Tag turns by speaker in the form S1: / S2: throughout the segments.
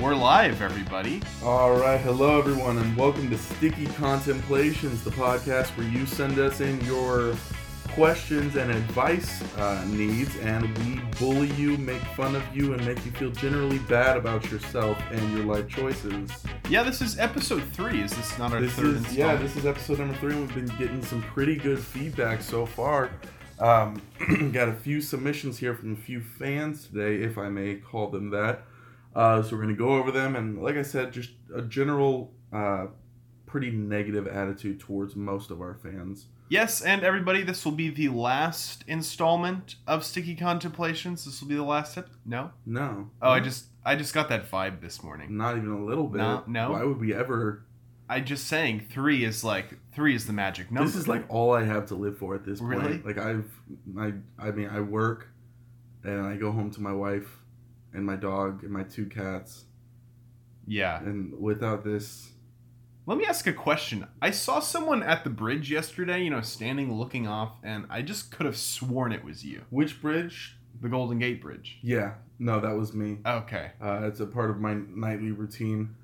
S1: We're live, everybody.
S2: All right, hello everyone, and welcome to Sticky Contemplations, the podcast where you send us in your questions and advice uh, needs, and we bully you, make fun of you, and make you feel generally bad about yourself and your life choices.
S1: Yeah, this is episode three. Is this not our
S2: This
S1: third
S2: is yeah,
S1: installment?
S2: this is episode number three, and we've been getting some pretty good feedback so far. Um, got a few submissions here from a few fans today, if I may call them that. Uh, so we're gonna go over them, and like I said, just a general, uh, pretty negative attitude towards most of our fans.
S1: Yes, and everybody, this will be the last installment of Sticky Contemplations. This will be the last ep- No.
S2: No.
S1: Oh, I just I just got that vibe this morning.
S2: Not even a little bit.
S1: No, no.
S2: Why would we ever?
S1: I just saying three is like three is the magic number.
S2: This is like all I have to live for at this point.
S1: Really?
S2: Like I've, I, I mean, I work, and I go home to my wife, and my dog, and my two cats,
S1: yeah.
S2: and without this,
S1: Let me ask a question. I saw someone at the bridge yesterday. You know, standing looking off, and I just could have sworn it was you,
S2: which bridge?
S1: the Golden Gate Bridge.
S2: Yeah, no, that was me.
S1: Okay.
S2: Uh, it's a part of my nightly routine,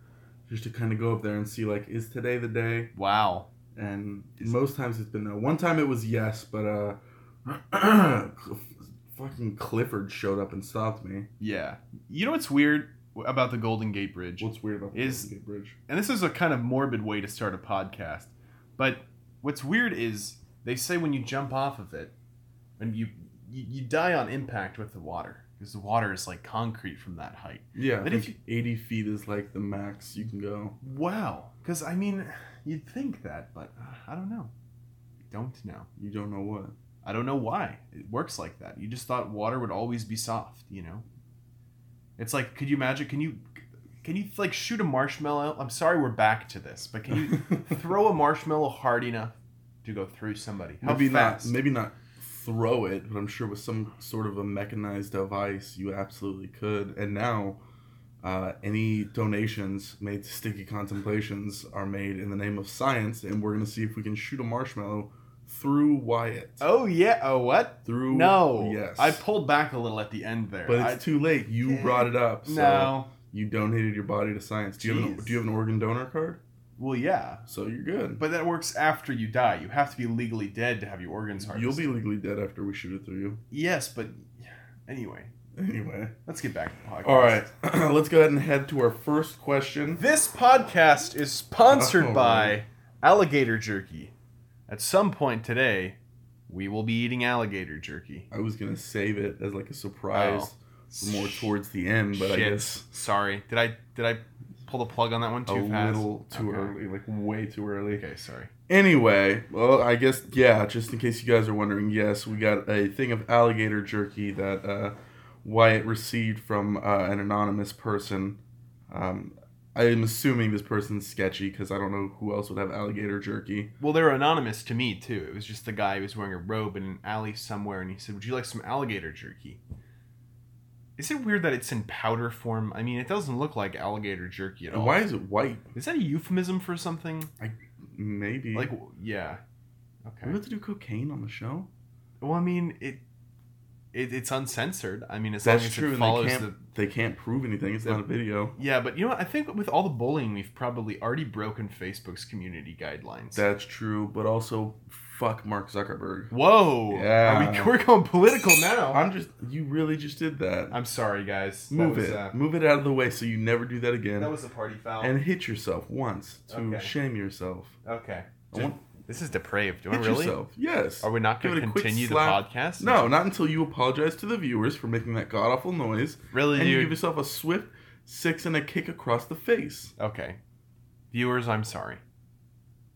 S2: just to kind of go up there and see like, is today the day?
S1: Wow.
S2: and most times it's been no. One time it was yes, but uh, fucking Clifford showed up and stopped me.
S1: Yeah. You know what's weird w- about the Golden Gate Bridge?
S2: What's weird about
S1: Is-
S2: Golden Gate Bridge?
S1: And this is a kind of morbid way to start a podcast. But what's weird is they say when you jump off of it and you you, you die on impact with the water because the water is like concrete from that height.
S2: Yeah, I
S1: But if
S2: think eighty feet is like the max you can go.
S1: Wow. Cuz I mean, you'd think that, but uh, I don't know. Don't know.
S2: You don't know what.
S1: I don't know why it works like that. You just thought water would always be soft, you know. It's like, could you imagine? Can you, can you like shoot a marshmallow? I'm sorry, we're back to this, but can you throw a marshmallow hard enough to go through somebody? How
S2: maybe
S1: fast?
S2: not. Maybe not throw it, but I'm sure with some sort of a mechanized device, you absolutely could. And now. Uh, any donations made to Sticky Contemplations are made in the name of science, and we're going to see if we can shoot a marshmallow through Wyatt.
S1: Oh yeah. Oh what?
S2: through.
S1: No.
S2: Yes.
S1: I pulled back a little at the end there.
S2: but it's
S1: I-
S2: too late. You
S1: Yeah.
S2: brought it up. So
S1: no.
S2: You donated your body to science. Do you, have an,
S1: Jeez.
S2: do you have an organ donor card?
S1: Well, yeah.
S2: So you're good.
S1: But that works after you die. You have to be legally dead to have your organs
S2: You'll
S1: harvested.
S2: be legally dead after we shoot it through you.
S1: Yes, but anyway,
S2: Anyway.
S1: let's get back to the podcast.
S2: All right. Let's go ahead and head to our first question.
S1: This podcast is sponsored
S2: Oh,
S1: by
S2: really?
S1: alligator jerky. At some point today, we will be eating alligator jerky.
S2: I was going to save it as like a surprise for more towards the end, but I
S1: Oh. Shit.
S2: guess
S1: Sorry, did I did I pull the plug on that one
S2: a
S1: too fast?
S2: little too
S1: Okay.
S2: early, like way too early.
S1: Okay, sorry.
S2: Anyway, well, I guess yeah. Just in case you guys are wondering, yes, we got a thing of alligator jerky that uh, Wyatt received from uh, an anonymous person. Um, I am assuming this person's sketchy because I don't know who else would have alligator jerky.
S1: Well, they were anonymous to me too. It was just the guy who was wearing a robe in an alley somewhere, and he said, "Would you like some alligator jerky?" Is it weird that it's in powder form? I mean, it doesn't look like alligator jerky at all.
S2: And why is it white?
S1: Is that a euphemism for something?
S2: Maybe
S1: Like,
S2: like
S1: w- yeah. Okay.
S2: we have to do cocaine on the show.
S1: Well, I mean, it, it it's uncensored. I mean, as
S2: That's
S1: long as
S2: true.
S1: it
S2: And
S1: follows
S2: they
S1: the
S2: can't they can't prove anything. It's
S1: the-
S2: not a video.
S1: yeah, but you know, what? I think with all the bullying, we've probably already broken Facebook's community guidelines.
S2: That's true, but also fuck Mark Zuckerberg.
S1: Whoa!
S2: Yeah.
S1: Are we, are going political now. I'm,
S2: I'm just you really just did that.
S1: sorry, guys. That
S2: Move
S1: was,
S2: it.
S1: uh,
S2: Move it out of the way so you never do that again.
S1: that was a party foul.
S2: and hit yourself once to
S1: Okay.
S2: shame yourself.
S1: okay.
S2: I want-
S1: This is depraved. Do I
S2: hit
S1: really?
S2: yourself. Yes.
S1: Are we not
S2: Give
S1: going to
S2: it a quick
S1: continue the
S2: slap.
S1: podcast?
S2: no, not until you apologize to the viewers for making that god awful noise
S1: really,
S2: and you give
S1: dude.
S2: yourself a swift six and a kick across the face.
S1: Okay, viewers, I'm sorry,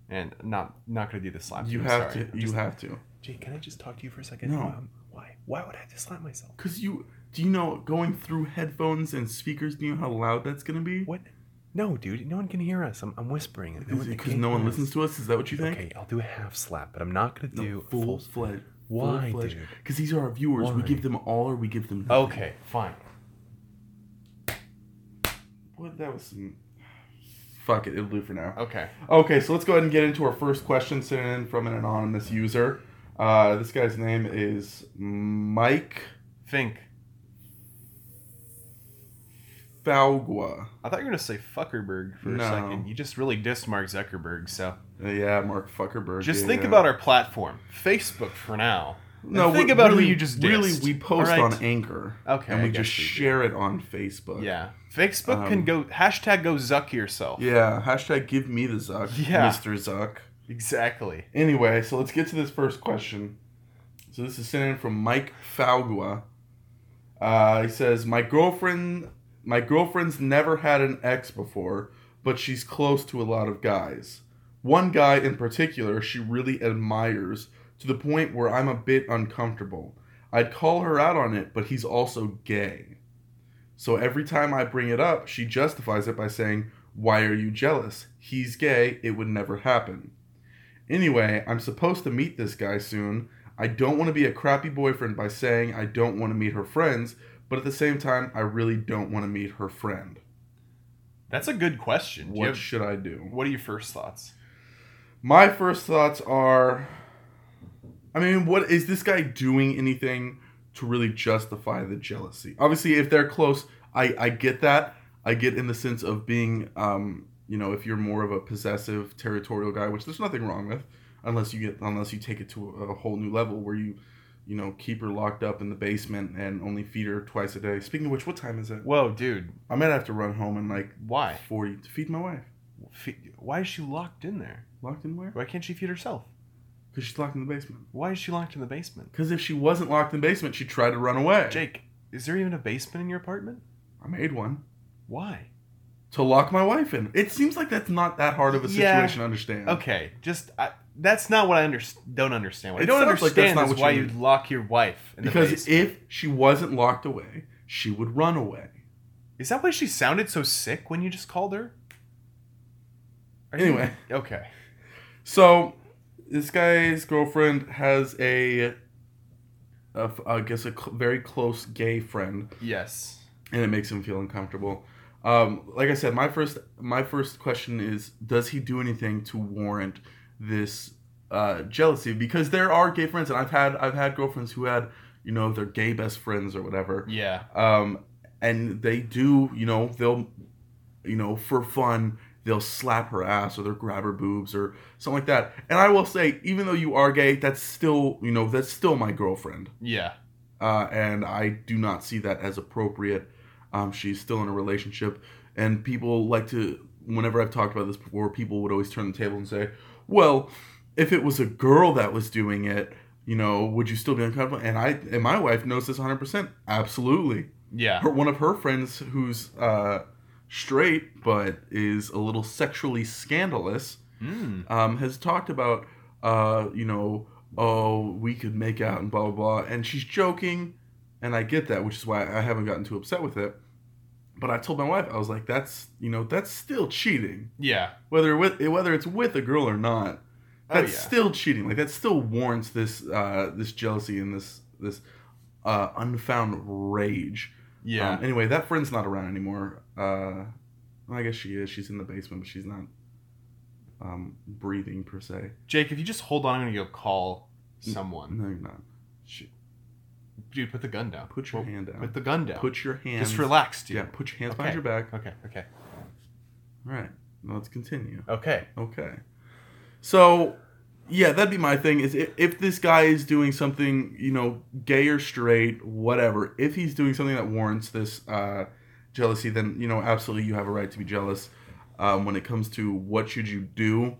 S1: and not not going to do the slap.
S2: You
S1: I'm
S2: have
S1: sorry.
S2: to.
S1: I'm
S2: You
S1: just-
S2: have to.
S1: Jake, can I just talk to you for a second?
S2: No.
S1: Um, why? Why would I have to slap myself?
S2: Cause you. Do you know going through headphones and speakers? Do you know how loud that's gonna be?
S1: What? No, dude. No one can hear us. I'm, I'm whispering.
S2: Because no one listens to us. Is that what you think?
S1: Okay, I'll do a half slap, but I'm not gonna
S2: No,
S1: do a
S2: full
S1: full.
S2: fledged.
S1: Why, dude?
S2: Because these are our viewers. We
S1: Why?
S2: give them all, or we give them. nothing.
S1: Okay, fine.
S2: What? That was some. Fuck it. It'll do for now.
S1: Okay.
S2: Okay, so let's go ahead and get into our first question sent in from an anonymous user. Uh, this guy's name is Mike
S1: Think.
S2: Faugua.
S1: I thought you were gonna say Fuckerberg for
S2: No.
S1: a second. You just really dissed Mark Zuckerberg. So
S2: Uh, Yeah, Mark Fuckerberg.
S1: just
S2: yeah.
S1: think about our platform, Facebook for now.
S2: No,
S1: think
S2: we-
S1: about who
S2: really,
S1: you just
S2: really
S1: dissed.
S2: we post
S1: All right.
S2: on Anchor.
S1: Okay,
S2: and
S1: I
S2: we
S1: guess
S2: just
S1: we do.
S2: share it on Facebook.
S1: Yeah, Facebook
S2: Um,
S1: can go hashtag go Zuck yourself.
S2: Yeah. Hashtag give me the Zuck,
S1: Yeah.
S2: Mr. Zuck.
S1: exactly.
S2: Anyway, so let's get to this first question. So this is sent in from Mike Falgua. Uh, he says, "My girlfriend, my girlfriend's never had an ex before, but she's close to a lot of guys. One guy in particular she really admires to the point where I'm a bit uncomfortable. I'd call her out on it, but he's also gay. So every time I bring it up, she justifies it by saying, "Why are you jealous? He's gay. It would never happen." Anyway, I'm supposed to meet this guy soon. I don't want to be a crappy boyfriend by saying I don't want to meet her friends, but at the same time, I really don't want to meet her friend.
S1: That's a good question. Do you
S2: What
S1: have-
S2: should I do?
S1: what are your first thoughts?
S2: My first thoughts are I mean, what is this guy doing anything to really justify the jealousy? Obviously, if they're close, I, I get that. I get in the sense of being, um, you know, if you're more of a possessive, territorial guy, which there's nothing wrong with, unless you get unless you take it to a, a whole new level where you, you know, keep her locked up in the basement and only feed her twice a day. Speaking of which, what time is it?
S1: Whoa, dude,
S2: I might have to run home and like
S1: why?
S2: forty to feed my wife.
S1: Fe- Why is she locked in there?
S2: Locked in where?
S1: Why can't she feed herself?
S2: Because she's locked in the basement.
S1: Why is she locked in the basement?
S2: Because if she wasn't locked in the basement, she'd try to run away.
S1: Jake, is there even a basement in your apartment?
S2: I made one.
S1: Why?
S2: to lock my wife in. It seems like that's not that hard of a
S1: Yeah.
S2: situation to understand.
S1: Okay, just I, that's not what I under, don't understand. What I
S2: It
S1: don't
S2: sounds like that's
S1: understand
S2: not
S1: is
S2: what you
S1: why
S2: mean.
S1: you'd lock your wife in the
S2: Because
S1: basement.
S2: if she wasn't locked away, she would run away.
S1: Is that why she sounded so sick when you just called her? Are you-
S2: Anyway,
S1: okay.
S2: so this guy's girlfriend has a, a f- I guess, a cl- very close gay friend,
S1: Yes.
S2: and it makes him feel uncomfortable. Um, like I said, my first my first question is: Does he do anything to warrant this uh, jealousy? Because there are gay friends, and I've had I've had girlfriends who had you know their gay best friends or whatever,
S1: Yeah.
S2: um, and they do you know they'll you know for fun they'll slap her ass or they'll grab her boobs or something like that and i will say even though you are gay that's still you know that's still my girlfriend
S1: Yeah.
S2: uh, and i do not see that as appropriate um, she's still in a relationship and people like to whenever i've talked about this before people would always turn the table and say well if it was a girl that was doing it you know would you still be uncomfortable and i and my wife knows this 100% absolutely
S1: Yeah.
S2: her, one of her friends who's uh, straight but is a little sexually scandalous
S1: Mm.
S2: um, has talked about uh, you know oh we could make out and blah blah blah and she's joking and i get that which is why i haven't gotten too upset with it but i told my wife i was like that's you know that's still cheating
S1: Yeah.
S2: whether with whether it's with a girl or not
S1: Oh,
S2: that's
S1: yeah.
S2: still cheating like that still warrants this uh, this jealousy and this this uh, unfound rage
S1: Yeah.
S2: um, anyway, that friend's not around anymore. Uh, well, I guess she is. She's in the basement, but she's not um, breathing per se.
S1: Jake, if you just hold on, I'm gonna go call
S2: Mm.
S1: someone.
S2: No, you're not.
S1: Sh- Dude, put the gun down.
S2: Put your
S1: Well,
S2: hand down.
S1: Put the gun down.
S2: Put your hands.
S1: just relax, dude.
S2: Yeah, put your hands
S1: Okay.
S2: behind your back.
S1: Okay. Okay.
S2: All right. Now let's continue.
S1: Okay.
S2: Okay. So, yeah, that'd be my thing. Is if, if this guy is doing something, you know, gay or straight, whatever. If he's doing something that warrants this uh, jealousy, then you know, absolutely, you have a right to be jealous. Um, when it comes to what should you do,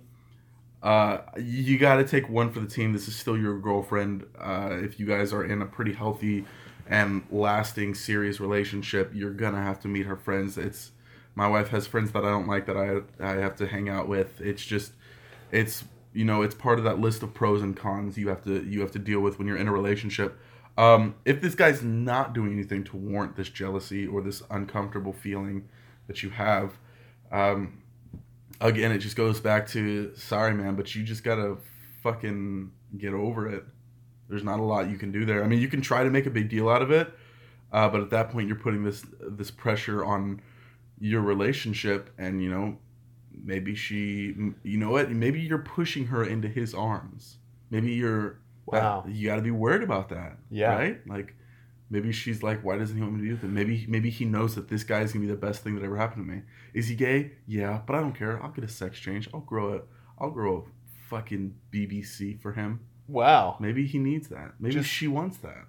S2: uh, you got to take one for the team. This is still your girlfriend. Uh, if you guys are in a pretty healthy and lasting serious relationship, you're gonna have to meet her friends. It's my wife has friends that I don't like that I I have to hang out with. It's just it's you know it's part of that list of pros and cons you have to you have to deal with when you're in a relationship. Um, if this guy's not doing anything to warrant this jealousy or this uncomfortable feeling that you have, um, again it just goes back to sorry man, but you just gotta fucking get over it. There's not a lot you can do there. I mean, you can try to make a big deal out of it, uh, but at that point you're putting this this pressure on your relationship and you know maybe she m- you know what maybe you're pushing her into his arms maybe you're that-
S1: Wow.
S2: you got to be worried about that
S1: Yeah.
S2: right like Maybe she's like, why doesn't he want me to do that? Maybe maybe he knows that this guy is gonna be the best thing that ever happened to me. Is he gay? Yeah, but I don't care. I'll get a sex change. I'll grow a I'll grow a fucking BBC for him.
S1: Wow.
S2: Maybe he needs that. Maybe
S1: Just-
S2: she wants that.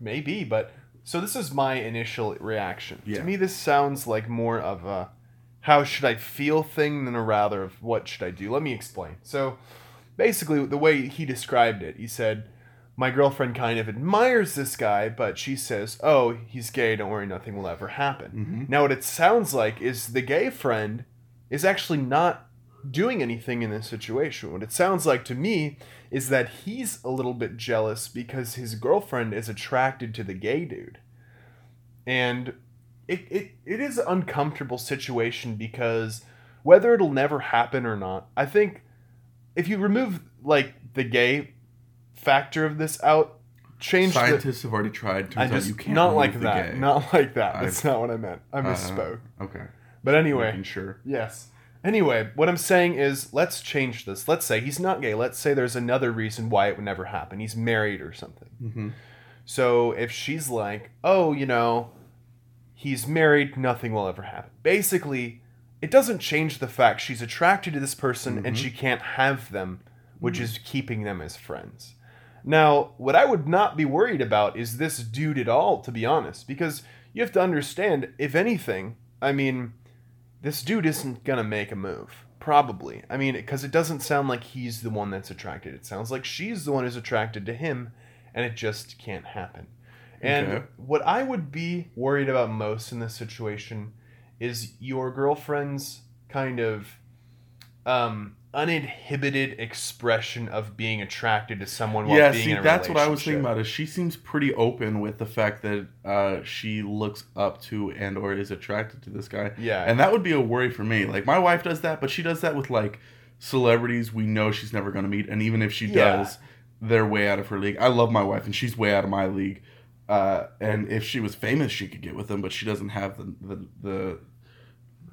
S1: Maybe, but so this is my initial reaction.
S2: Yeah.
S1: To me, this sounds like more of a how should I feel thing than a rather of what should I do. Let me explain. So basically, the way he described it, he said, My girlfriend kind of admires this guy, but she says, Oh, he's gay, don't worry, nothing will ever happen.
S2: Mm-hmm.
S1: Now, what it sounds like is the gay friend is actually not doing anything in this situation. What it sounds like to me is that he's a little bit jealous because his girlfriend is attracted to the gay dude. And it, it, it is an uncomfortable situation because whether it'll never happen or not, I think if you remove like the gay factor of this out, change the,
S2: Scientists have already tried. Turns
S1: I
S2: out
S1: just
S2: you can't
S1: not
S2: remove
S1: like
S2: the
S1: that.
S2: gay.
S1: Not like that. That's
S2: I've-
S1: not what I meant. I
S2: Uh,
S1: misspoke.
S2: Okay.
S1: but anyway,
S2: Making sure.
S1: yes. Anyway, what I'm saying is, let's change this. Let's say he's not gay. Let's say there's another reason why it would never happen. He's married or something.
S2: Mm-hmm.
S1: So if she's like, oh, you know, he's married, nothing will ever happen. Basically, it doesn't change the fact she's attracted to this person and
S2: Mhm.
S1: she can't have them, which is keeping them as friends. Now, what I would not be worried about is this dude at all, to be honest, because you have to understand, if anything, I mean, this dude isn't going to make a move. Probably. I mean, because it doesn't sound like he's the one that's attracted. It sounds like she's the one who's attracted to him, and it just can't happen. And
S2: Okay.
S1: what I would be worried about most in this situation is your girlfriend's kind of um, uninhibited expression of being attracted to someone while
S2: yeah,
S1: being
S2: see,
S1: in a
S2: that's what I was thinking
S1: relationship.
S2: about. Is she seems pretty open with the fact that uh, she looks up to and or is attracted to this guy,
S1: Yeah,
S2: and that would be a worry for me. Like my wife does that, but she does that with like celebrities we know she's never going to meet, and even if she
S1: Yeah.
S2: does, they're way out of her league. I love my wife, and she's way out of my league. Uh, and if she was famous, she could get with them, but she doesn't have the the the,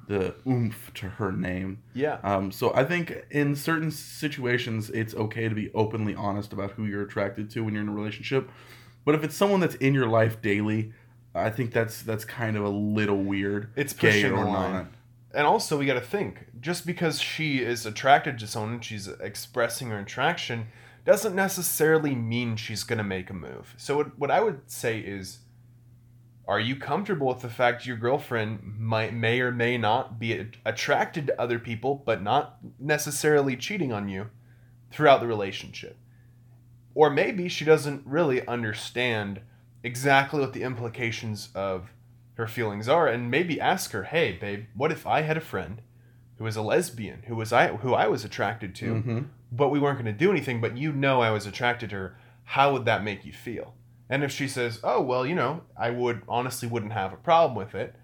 S2: the oomph to her name.
S1: yeah,
S2: Um, so I think in certain situations, it's okay to be openly honest about who you're attracted to when you're in a relationship. But if it's someone that's in your life daily, I think that's that's kind of a little weird,
S1: it's
S2: gay
S1: pushing
S2: or
S1: the line.
S2: not.
S1: and also we got to think just because she is attracted to someone and she's expressing her attraction doesn't necessarily mean she's going to make a move so what, what i would say is are you comfortable with the fact your girlfriend might may or may not be a- attracted to other people but not necessarily cheating on you throughout the relationship or maybe she doesn't really understand exactly what the implications of her feelings are and maybe ask her hey babe what if i had a friend who was a lesbian who was i who i was attracted to
S2: Mhm.
S1: but we weren't going to do anything but you know i was attracted to her how would that make you feel and if she says oh well you know i would honestly wouldn't have a problem with it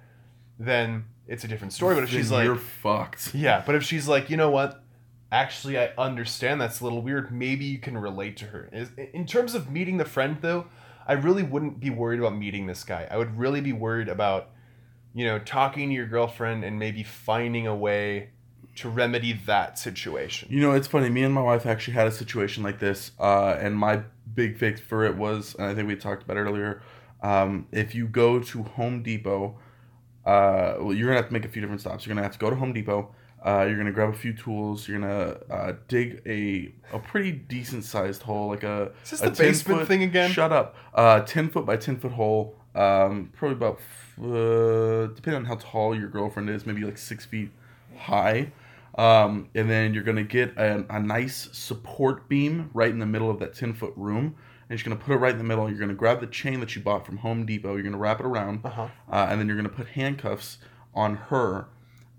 S1: then it's a different story but if
S2: Then
S1: she's like
S2: you're fucked.
S1: yeah, but if she's like, you know what? Actually, I understand that's a little weird. Maybe you can relate to her. Is- In terms of meeting the friend, though, I really wouldn't be worried about meeting this guy. I would really be worried about, you know, talking to your girlfriend and maybe finding a way to remedy that situation.
S2: You know, it's funny. Me and my wife actually had a situation like this, uh, and my big fix for it was, and I think we talked about it earlier. Um, if you go to Home Depot, uh, well, you're gonna have to make a few different stops. You're gonna have to go to Home Depot. Uh, you're gonna grab a few tools. You're gonna uh, dig a a pretty decent sized hole, like a
S1: Is this
S2: a
S1: the
S2: 10
S1: basement
S2: foot-
S1: thing again?
S2: Shut up. Uh, ten foot by ten foot hole. Um, probably about f- uh, depending on how tall your girlfriend is, maybe like six feet high. Um, and then you're gonna get a, a nice support beam right in the middle of that ten foot room, and you're gonna put it right in the middle. You're gonna grab the chain that you bought from Home Depot. You're gonna wrap it around,
S1: Uh huh.
S2: uh, and then you're gonna put handcuffs on her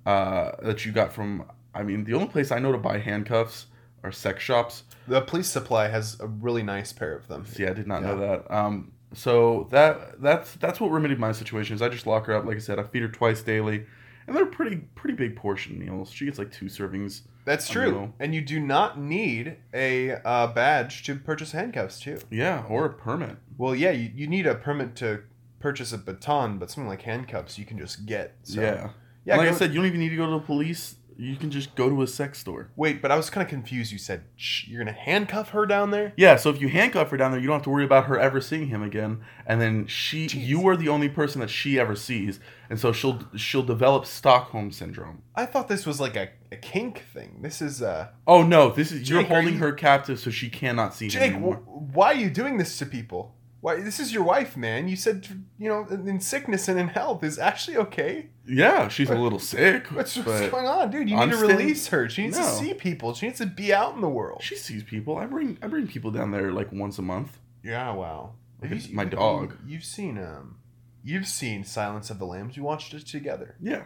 S2: uh, that you got from. I mean, the only place I know to buy handcuffs are sex shops.
S1: The police supply has a really nice pair of them.
S2: See, I did not know that. Um, so that that's that's what remedied my situation is I just lock her up. Like I said, I feed her twice daily, and they're pretty pretty big portion meals. She gets like two servings.
S1: That's
S2: I
S1: true.
S2: know.
S1: And you do not need a uh, badge to purchase handcuffs, too.
S2: Yeah, or a permit.
S1: Well, yeah, you, you need a permit to purchase a baton, but something like handcuffs you can just get. So.
S2: yeah.
S1: yeah.
S2: like
S1: go-
S2: I said, you don't even need to go to the police You can just go to a sex store.
S1: Wait, but I was kind of confused. You said "Shh, you're gonna handcuff her down there.
S2: Yeah, so if you handcuff her down there, you don't have to worry about her ever seeing him again. And then she,
S1: Jeez.
S2: you are the only person that she ever sees, and so she'll she'll develop Stockholm syndrome.
S1: I thought this was like a, a kink thing. This is uh
S2: Oh no, this is you're
S1: Jake, are
S2: holding
S1: you-
S2: her captive, so she cannot see him
S1: Jake.
S2: anymore.
S1: W- why are you doing this to people? Why this is your wife, man? You said you know in in sickness and in health is Ashley okay?
S2: yeah, she's a little sick,
S1: What's, what's
S2: but
S1: going on, dude? You
S2: I'm
S1: need to
S2: staying-
S1: release her. She needs to
S2: No.
S1: see people. She needs to be out in the world.
S2: she sees people. I bring I bring people down there like once a month.
S1: Yeah, wow.
S2: Like, it's my dog.
S1: You've seen um, you've seen Silence of the Lambs. You watched it together.
S2: Yeah,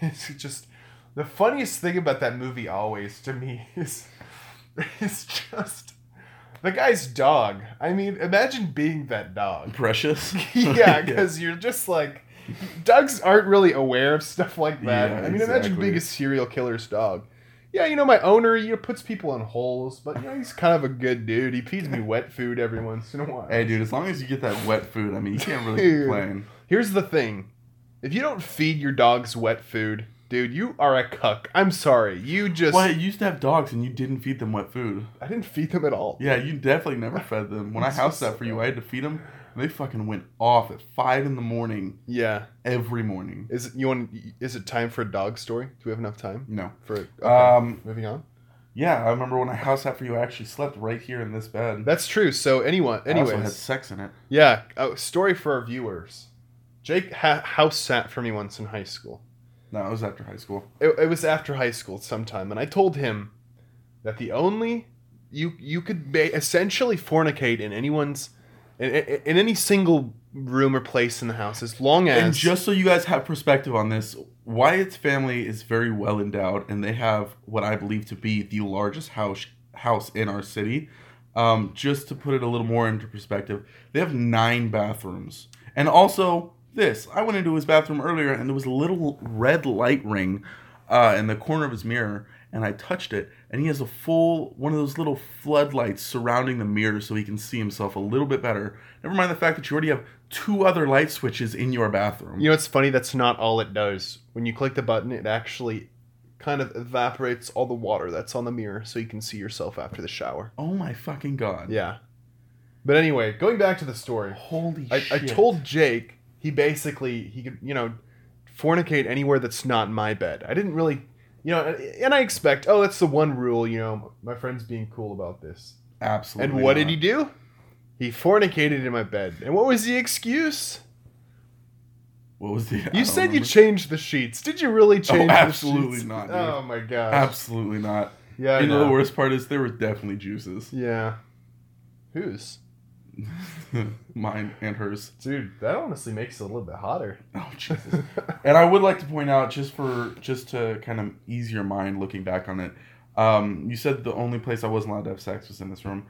S1: it's just the funniest thing about that movie always to me is is just the guy's dog. I mean, imagine being that dog.
S2: precious.
S1: yeah, because you're just like dogs aren't really aware of stuff like that.
S2: Yeah,
S1: I mean, imagine
S2: exactly.
S1: being a serial killer's dog. Yeah, you know my owner, you know, puts people in holes, but you know he's kind of a good dude. He feeds me wet food every once in a while.
S2: Hey, dude, as long as you get that wet food, I mean, you can't really
S1: Dude.
S2: complain.
S1: Here's the thing. If you don't feed your dogs wet food, dude, you are a cuck. I'm sorry. You just
S2: Why you used to have dogs and you didn't feed them wet food?
S1: I didn't feed them at all.
S2: Yeah, you definitely never fed them. When I
S1: It's
S2: house
S1: just-
S2: sat for you, I had to feed them. And they fucking went off at five in the morning
S1: Yeah.
S2: every morning.
S1: Is it you want is it time for a dog story? Do we have enough time
S2: No.
S1: for okay.
S2: Um.
S1: moving on?
S2: Yeah, I remember when I house sat for you, I actually slept right here in this bed.
S1: That's true. So anyone
S2: I also had
S1: anyways.
S2: sex in it.
S1: Yeah, oh, story for our viewers. Jake ha- house sat for me once in high school.
S2: No, it was after high school.
S1: It, it was after high school sometime, and I told him that the only you you could ba- essentially fornicate in anyone's in, in, in any single room or place in the house as long as
S2: And just so you guys have perspective on this, Wyatt's family is very well endowed, and they have what I believe to be the largest house house in our city. Um, just to put it a little more into perspective, they have nine bathrooms, and also this. I went into his bathroom earlier, and there was a little red light ring uh, in the corner of his mirror, and I touched it, and he has a full one of those little floodlights surrounding the mirror, so he can see himself a little bit better. Never mind the fact that you already have two other light switches in your bathroom.
S1: you know it's funny that's not all it does. When you click the button, it actually kind of evaporates all the water that's on the mirror, so you can see yourself after the shower.
S2: Oh my fucking god!
S1: Yeah. But anyway, going back to the story.
S2: Holy
S1: I, I
S2: shit!
S1: told Jake he basically he could you know fornicate anywhere that's not my bed. I didn't really you know and I expect oh that's the one rule you know my friend's being cool about this.
S2: absolutely.
S1: And what did
S2: not.
S1: he do? He fornicated in my bed. And what was the excuse?
S2: What was the? I
S1: You
S2: don't
S1: said you
S2: remember. Oh,
S1: changed the sheets. Did you really change? the
S2: absolutely
S1: sheets?
S2: not, dude.
S1: Oh my gosh.
S2: Absolutely not.
S1: yeah. I
S2: you know. the
S1: know.
S2: worst part is there were definitely juices.
S1: Yeah. Whose?
S2: Mine and hers.
S1: Dude, that honestly makes it a little bit hotter.
S2: Oh Jesus. and I would like to point out just for just to kind of ease your mind looking back on it. Um, you said the only place I wasn't allowed to have sex was in this room.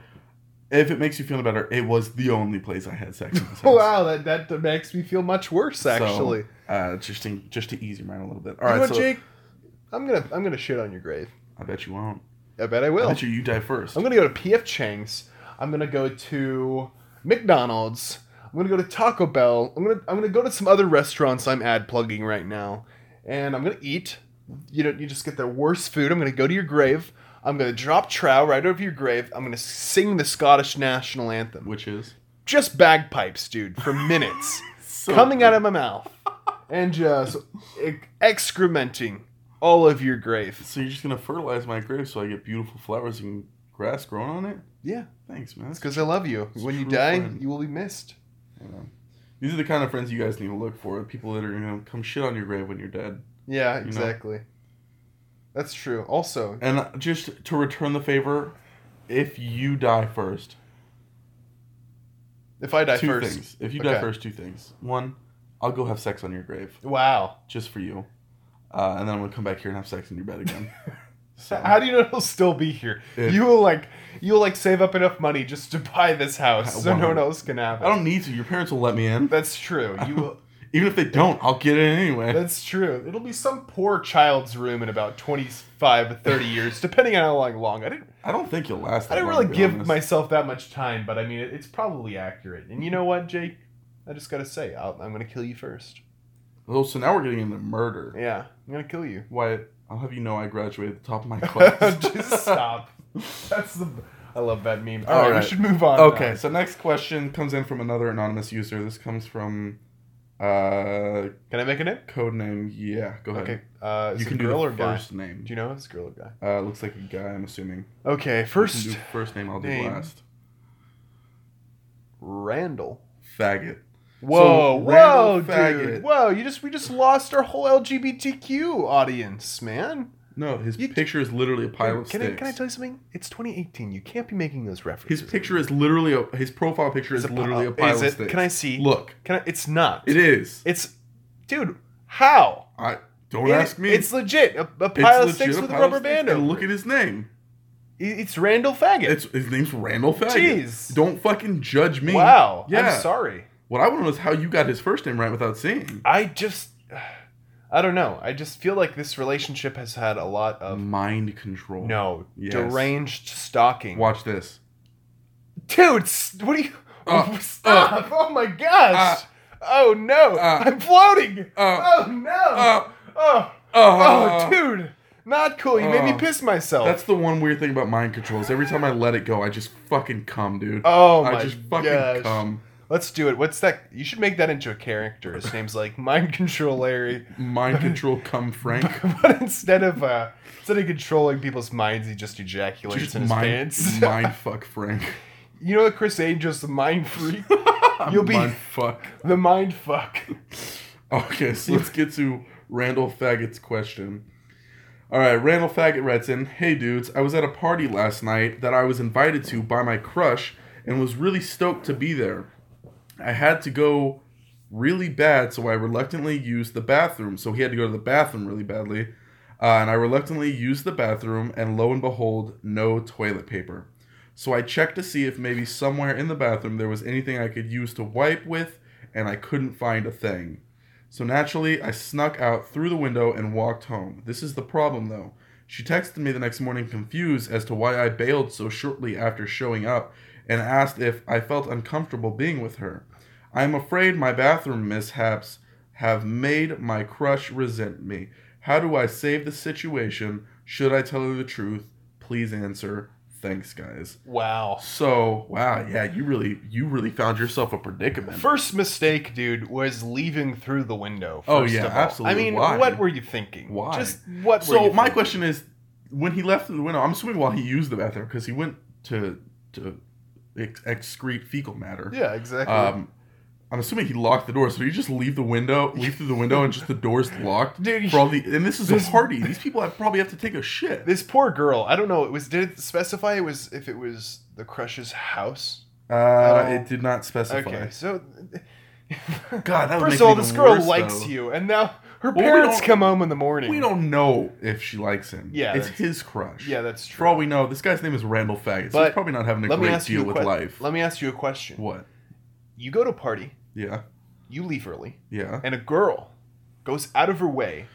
S2: If it makes you feel better, it was the only place I had sex in this house.
S1: wow, that, that makes me feel much worse
S2: So,
S1: actually.
S2: Uh, just to, just to ease your mind a little bit. All
S1: All right,
S2: right,
S1: you know what,
S2: so
S1: Jake? I'm gonna I'm gonna shit on your grave.
S2: I bet you won't.
S1: I bet I
S2: I
S1: will.
S2: bet you you die first.
S1: I'm gonna go to PF Chang's. I'm gonna go to McDonald's. I'm gonna go to Taco Bell. I'm gonna I'm gonna go to some other restaurants I'm ad plugging right now, and I'm gonna eat. You know, you just get the worst food. I'm gonna go to your grave. I'm gonna drop trow right over your grave. I'm gonna sing the Scottish national anthem,
S2: Which is
S1: just bagpipes, dude, for minutes.
S2: so
S1: coming out of my mouth and just ex- excrementing all of your grave.
S2: So you're just gonna fertilize my grave so I get beautiful flowers and grass growing on it?
S1: Yeah,
S2: Thanks, man.
S1: it's because I love you.
S2: It's
S1: when you
S2: true
S1: die,
S2: friend.
S1: you will be missed.
S2: You know, these are the kind of friends you guys need to look for. People that are gonna come shit on your grave when you're dead.
S1: Yeah,
S2: know?
S1: exactly. That's true. Also,
S2: And just to return the favor, if you die first,
S1: if I die
S2: two
S1: first,
S2: things. If you
S1: Okay.
S2: die first, two things. One, I'll go have sex on your grave
S1: wow.
S2: just for you, uh, and then I'm gonna come back here and have sex in your bed again. so,
S1: How do you know it'll still be here?
S2: It-
S1: you will like you'll like save up enough money just to buy this house, so no one
S2: 100.
S1: else can have it.
S2: I don't need to. Your parents will let me in.
S1: That's true. You will.
S2: Even if they don't, I'll get in anyway.
S1: That's true. It'll be some poor child's room in about 25 to 30 years, depending on how long. long. I didn't
S2: I don't think you'll last. That
S1: I didn't
S2: long,
S1: really
S2: to be
S1: give
S2: honest.
S1: myself that much time, but I mean, it, it's probably accurate. And you know what, Jake? I just gotta say, I'll, I'm gonna kill you first.
S2: Oh, so now we're getting into murder.
S1: Yeah, I'm gonna kill you.
S2: Wyatt, I'll have you know I graduated at the top of my class.
S1: Just stop. That's the. I love that meme. All
S2: All
S1: right,
S2: right.
S1: we should move on.
S2: Okay,
S1: now.
S2: so next question comes in from another anonymous user. This comes from uh
S1: Can I make a name?
S2: codename yeah, go ahead.
S1: Okay. Uh, is
S2: you
S1: it
S2: can do
S1: girl
S2: the
S1: or guy?
S2: first name.
S1: Do you know if it's girl or guy?
S2: Uh looks like a guy, I'm assuming. You
S1: Okay,
S2: can
S1: first
S2: do first name, I'll do
S1: name.
S2: last.
S1: Randall.
S2: Faggot.
S1: Whoa, whoa,
S2: Randall
S1: dude.
S2: Faggot.
S1: Whoa, you just we just lost our whole LGBTQ audience, man.
S2: No, his
S1: You-
S2: picture is literally a pile of
S1: can, I,
S2: sticks.
S1: can I tell you something? It's 2018. You can't be making those references.
S2: his picture is literally a, his profile picture is,
S1: It's a pi-
S2: literally a pile
S1: is
S2: of
S1: it?
S2: sticks.
S1: Can I see?
S2: Look,
S1: Can I, it's not.
S2: it is.
S1: It's, dude. How?
S2: I don't
S1: It-
S2: ask me.
S1: It's legit. A, a
S2: It's
S1: pile of
S2: legit
S1: sticks
S2: a
S1: with a
S2: pile of
S1: rubber
S2: sticks,
S1: band.
S2: And
S1: over
S2: look
S1: it.
S2: at his name.
S1: It- It's Randall Faggot.
S2: It's his name's Randall Faggot.
S1: Jeez.
S2: Don't fucking judge me.
S1: Wow.
S2: Yeah.
S1: I'm sorry.
S2: What I want to know is how you got his first name right without seeing.
S1: I just, I don't know. I just feel like this relationship has had a lot of
S2: Mind control.
S1: Um, no
S2: Yes.
S1: deranged stalking.
S2: Watch this.
S1: Dude, s- what are you?
S2: Uh,
S1: Stop! oh my gosh! oh no!
S2: uh,
S1: I'm floating!
S2: Uh,
S1: oh no!
S2: uh,
S1: oh,
S2: uh,
S1: oh, dude! Not cool. You made me
S2: uh,
S1: piss myself.
S2: That's the one weird thing about mind control is every time I let it go, I just fucking come, dude.
S1: oh my
S2: I just fucking
S1: gosh!
S2: come.
S1: Let's do it. What's that? You should make that into a character. His name's like Mind Control Larry,
S2: Mind control, come, Frank.
S1: but instead of uh, instead of controlling people's minds, he just ejaculates
S2: Just
S1: in his
S2: mind,
S1: pants.
S2: mind fuck, Frank.
S1: you know, what Chris Angel's the mind freak, You'll be-
S2: mind fuck.
S1: the mind fuck.
S2: Okay, so let's get to Randall Faggot's question. All right, Randall Faggot writes in Hey dudes, I was at a party last night that I was invited to by my crush and was really stoked to be there. I had to go really bad, so I reluctantly used the bathroom. So he had to go to the bathroom really badly. Uh, and I reluctantly used the bathroom, and lo and behold, no toilet paper. So I checked to see if maybe somewhere in the bathroom there was anything I could use to wipe with, and I couldn't find a thing. So naturally, I snuck out through the window and walked home. This is the problem, though. She texted me the next morning, confused as to why I bailed so shortly after showing up, and asked if I felt uncomfortable being with her. I am afraid my bathroom mishaps have made my crush resent me. How do I save the situation? Should I tell her the truth? Please answer. Thanks, guys.
S1: Wow.
S2: So, wow, yeah, you really, you really found yourself a predicament.
S1: First mistake, dude, was leaving through the window. First
S2: Oh, yeah,
S1: of all.
S2: absolutely.
S1: I mean,
S2: Why?
S1: what were you thinking?
S2: Why?
S1: Just what? were
S2: So
S1: you
S2: my
S1: thinking?
S2: question is, when he left through the window, I'm assuming while he used the bathroom because he went to to ex- excrete fecal matter.
S1: Yeah, exactly.
S2: Um, I'm assuming he locked the door. So you just leave the window, leave through the window, and just the door's locked
S1: Dude,
S2: for all the. And this is
S1: This-
S2: a party. These people have, probably have to take a shit.
S1: this poor girl. I don't know. It was did it specify it was if it was the crush's house?
S2: Uh, it did not specify.
S1: Okay, so
S2: God, that would
S1: first
S2: make
S1: of all,
S2: it
S1: this
S2: even
S1: girl
S2: worse,
S1: likes
S2: though.
S1: you, and now her
S2: Well, we
S1: parents
S2: don't-
S1: come home in the morning.
S2: We don't know if she likes him.
S1: Yeah,
S2: it's
S1: that's-
S2: his crush.
S1: Yeah, that's true.
S2: For all we know, this guy's name is Randall Faggot. So
S1: But
S2: he's probably not having a
S1: Let me
S2: great
S1: ask you
S2: deal
S1: a
S2: with
S1: que-
S2: life.
S1: Let me ask you a question.
S2: What?
S1: You go to a party,
S2: Yeah.
S1: you leave early,
S2: Yeah.
S1: and a girl goes out of her way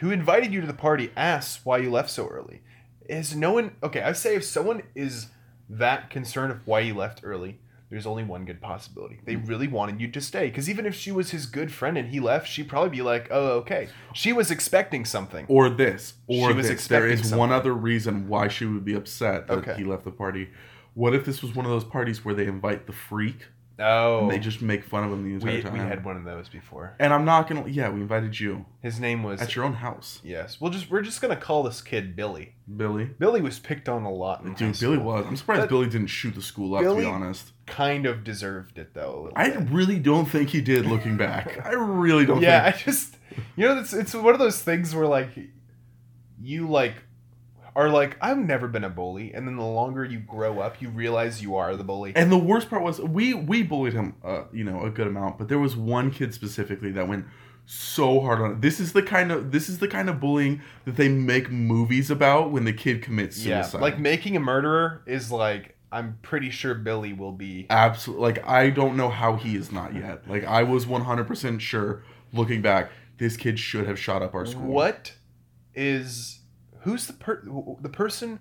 S1: who invited you to the party asks why you left so early. Is no one okay? I say if someone is that concerned of why you left early, there's only one good possibility. They really wanted you to stay because even if she was his good friend and he left, she'd probably be like, "Oh, okay." She was expecting something.
S2: or this or
S1: She was
S2: this. There
S1: expecting
S2: is
S1: something.
S2: one other reason why she would be upset that
S1: Okay.
S2: he left the party. What if this was one of those parties where they invite the freak
S1: Oh,
S2: and they just make fun of him the entire
S1: we,
S2: time?
S1: we had one of those before.
S2: and I'm not gonna. Yeah, we invited you
S1: His name was
S2: at your own house,
S1: yes. We'll just we're just gonna call this kid Billy.
S2: Billy.
S1: Billy was picked on a lot. In high
S2: Dude, Billy
S1: school.
S2: was. I'm surprised
S1: That-
S2: Billy didn't shoot the school up.
S1: Billy-
S2: to be honest,
S1: kind of deserved it though. A little
S2: I
S1: bit.
S2: really don't think he did. Looking back, I really don't.
S1: yeah,
S2: think.
S1: I just you know it's it's one of those things where like you like are like I've never been a bully, and then the longer you grow up, you realize you are the bully.
S2: And the worst part was we we bullied him, uh, you know, a good amount. But there was one kid specifically that went so hard on it. This is the kind of this is the kind of bullying that they make movies about when the kid commits
S1: yeah,
S2: suicide.
S1: like making a murderer is like I'm pretty sure Billy will be.
S2: absolutely. Like I don't know how he is not yet. Like I was one hundred percent sure looking back, this kid should have shot up our school.
S1: What is who's the per the person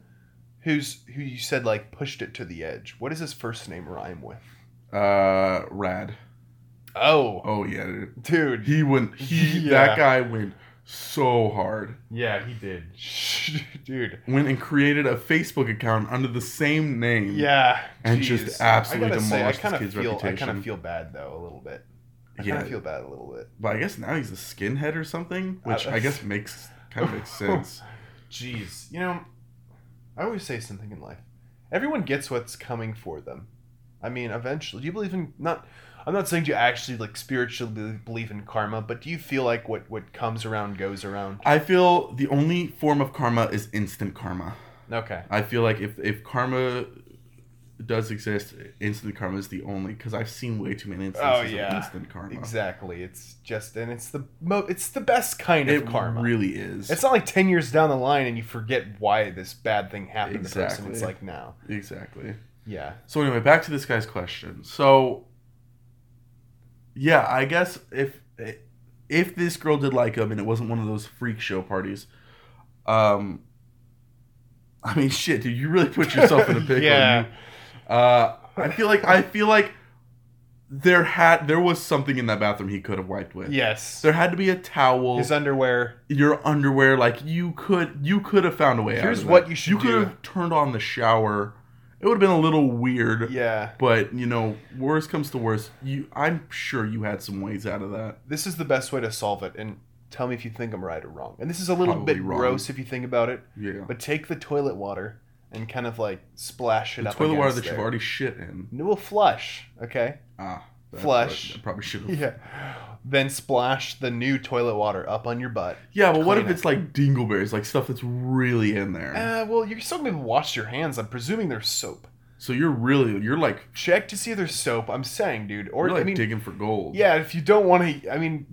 S1: who's who you said like pushed it to the edge? What does his first name rhyme with?
S2: Uh, rad.
S1: Oh,
S2: Oh yeah, dude.
S1: dude,
S2: he went. He
S1: Yeah.
S2: that guy went so hard
S1: Yeah, he did. Dude.
S2: went and created a Facebook account under the same name.
S1: Yeah.
S2: Mm. And
S1: jeez.
S2: just absolutely
S1: I gotta say, I
S2: demolished this
S1: kinda
S2: kid's
S1: feel, I kind
S2: reputation.
S1: of feel bad though a little bit. I kind
S2: Yeah.
S1: of feel bad a little bit.
S2: But I guess now he's a skinhead or something, which
S1: Uh,
S2: I guess makes kind of makes sense.
S1: Jeez, you know, I always say something in life. Everyone gets what's coming for them. I mean, eventually, do you believe in not? I'm not saying do you actually like spiritually be- believe in karma, but do you feel like what what comes around goes around?
S2: I feel the only form of karma is instant karma.
S1: Okay.
S2: I feel like if if karma does exist, instant karma is the only because I've seen way too many instances
S1: Oh, yeah.
S2: of instant karma.
S1: Exactly. It's just and it's the mo- it's the best kind of
S2: It
S1: karma.
S2: really is.
S1: it's not like 10 years down the line and you forget why this bad thing happened to the person.
S2: Exactly.
S1: It's like now.
S2: exactly.
S1: Yeah.
S2: So anyway, back to this guy's question. So yeah, I guess if if this girl did like him and it wasn't one of those freak show parties, um I mean shit, dude, you really put yourself in a pickle.
S1: Yeah.
S2: You- Uh I feel like I feel like there had there was something in that bathroom he could have wiped with.
S1: Yes.
S2: There had to be a towel,
S1: His underwear.
S2: your underwear, like you could you could have found a way out.
S1: Here's
S2: of that.
S1: what you should
S2: You
S1: do.
S2: could have turned on the shower. It would have been a little weird.
S1: Yeah.
S2: But you know, worst comes to worst, you I'm sure you had some ways out of that.
S1: this is the best way to solve it and tell me if you think I'm right or wrong. And this is a little
S2: Probably
S1: bit
S2: wrong.
S1: gross if you think about it,
S2: Yeah.
S1: but take the toilet water and kind of like splash it
S2: the
S1: up
S2: toilet water
S1: against
S2: that you've
S1: there.
S2: already shit in.
S1: And it will flush, okay?
S2: Ah. that-
S1: Flush.
S2: I probably should have. Yeah,
S1: Yeah. Then splash the new toilet water up on your butt.
S2: but what
S1: Clean
S2: if
S1: it.
S2: it's like dingleberries, like stuff that's really in there?
S1: Uh, well, you're still going to wash your hands. I'm presuming there's soap.
S2: so you're really you're like
S1: Check to see if there's soap. I'm saying, dude. Or
S2: you're like
S1: I mean,
S2: digging for gold.
S1: yeah, if you don't want to, I mean,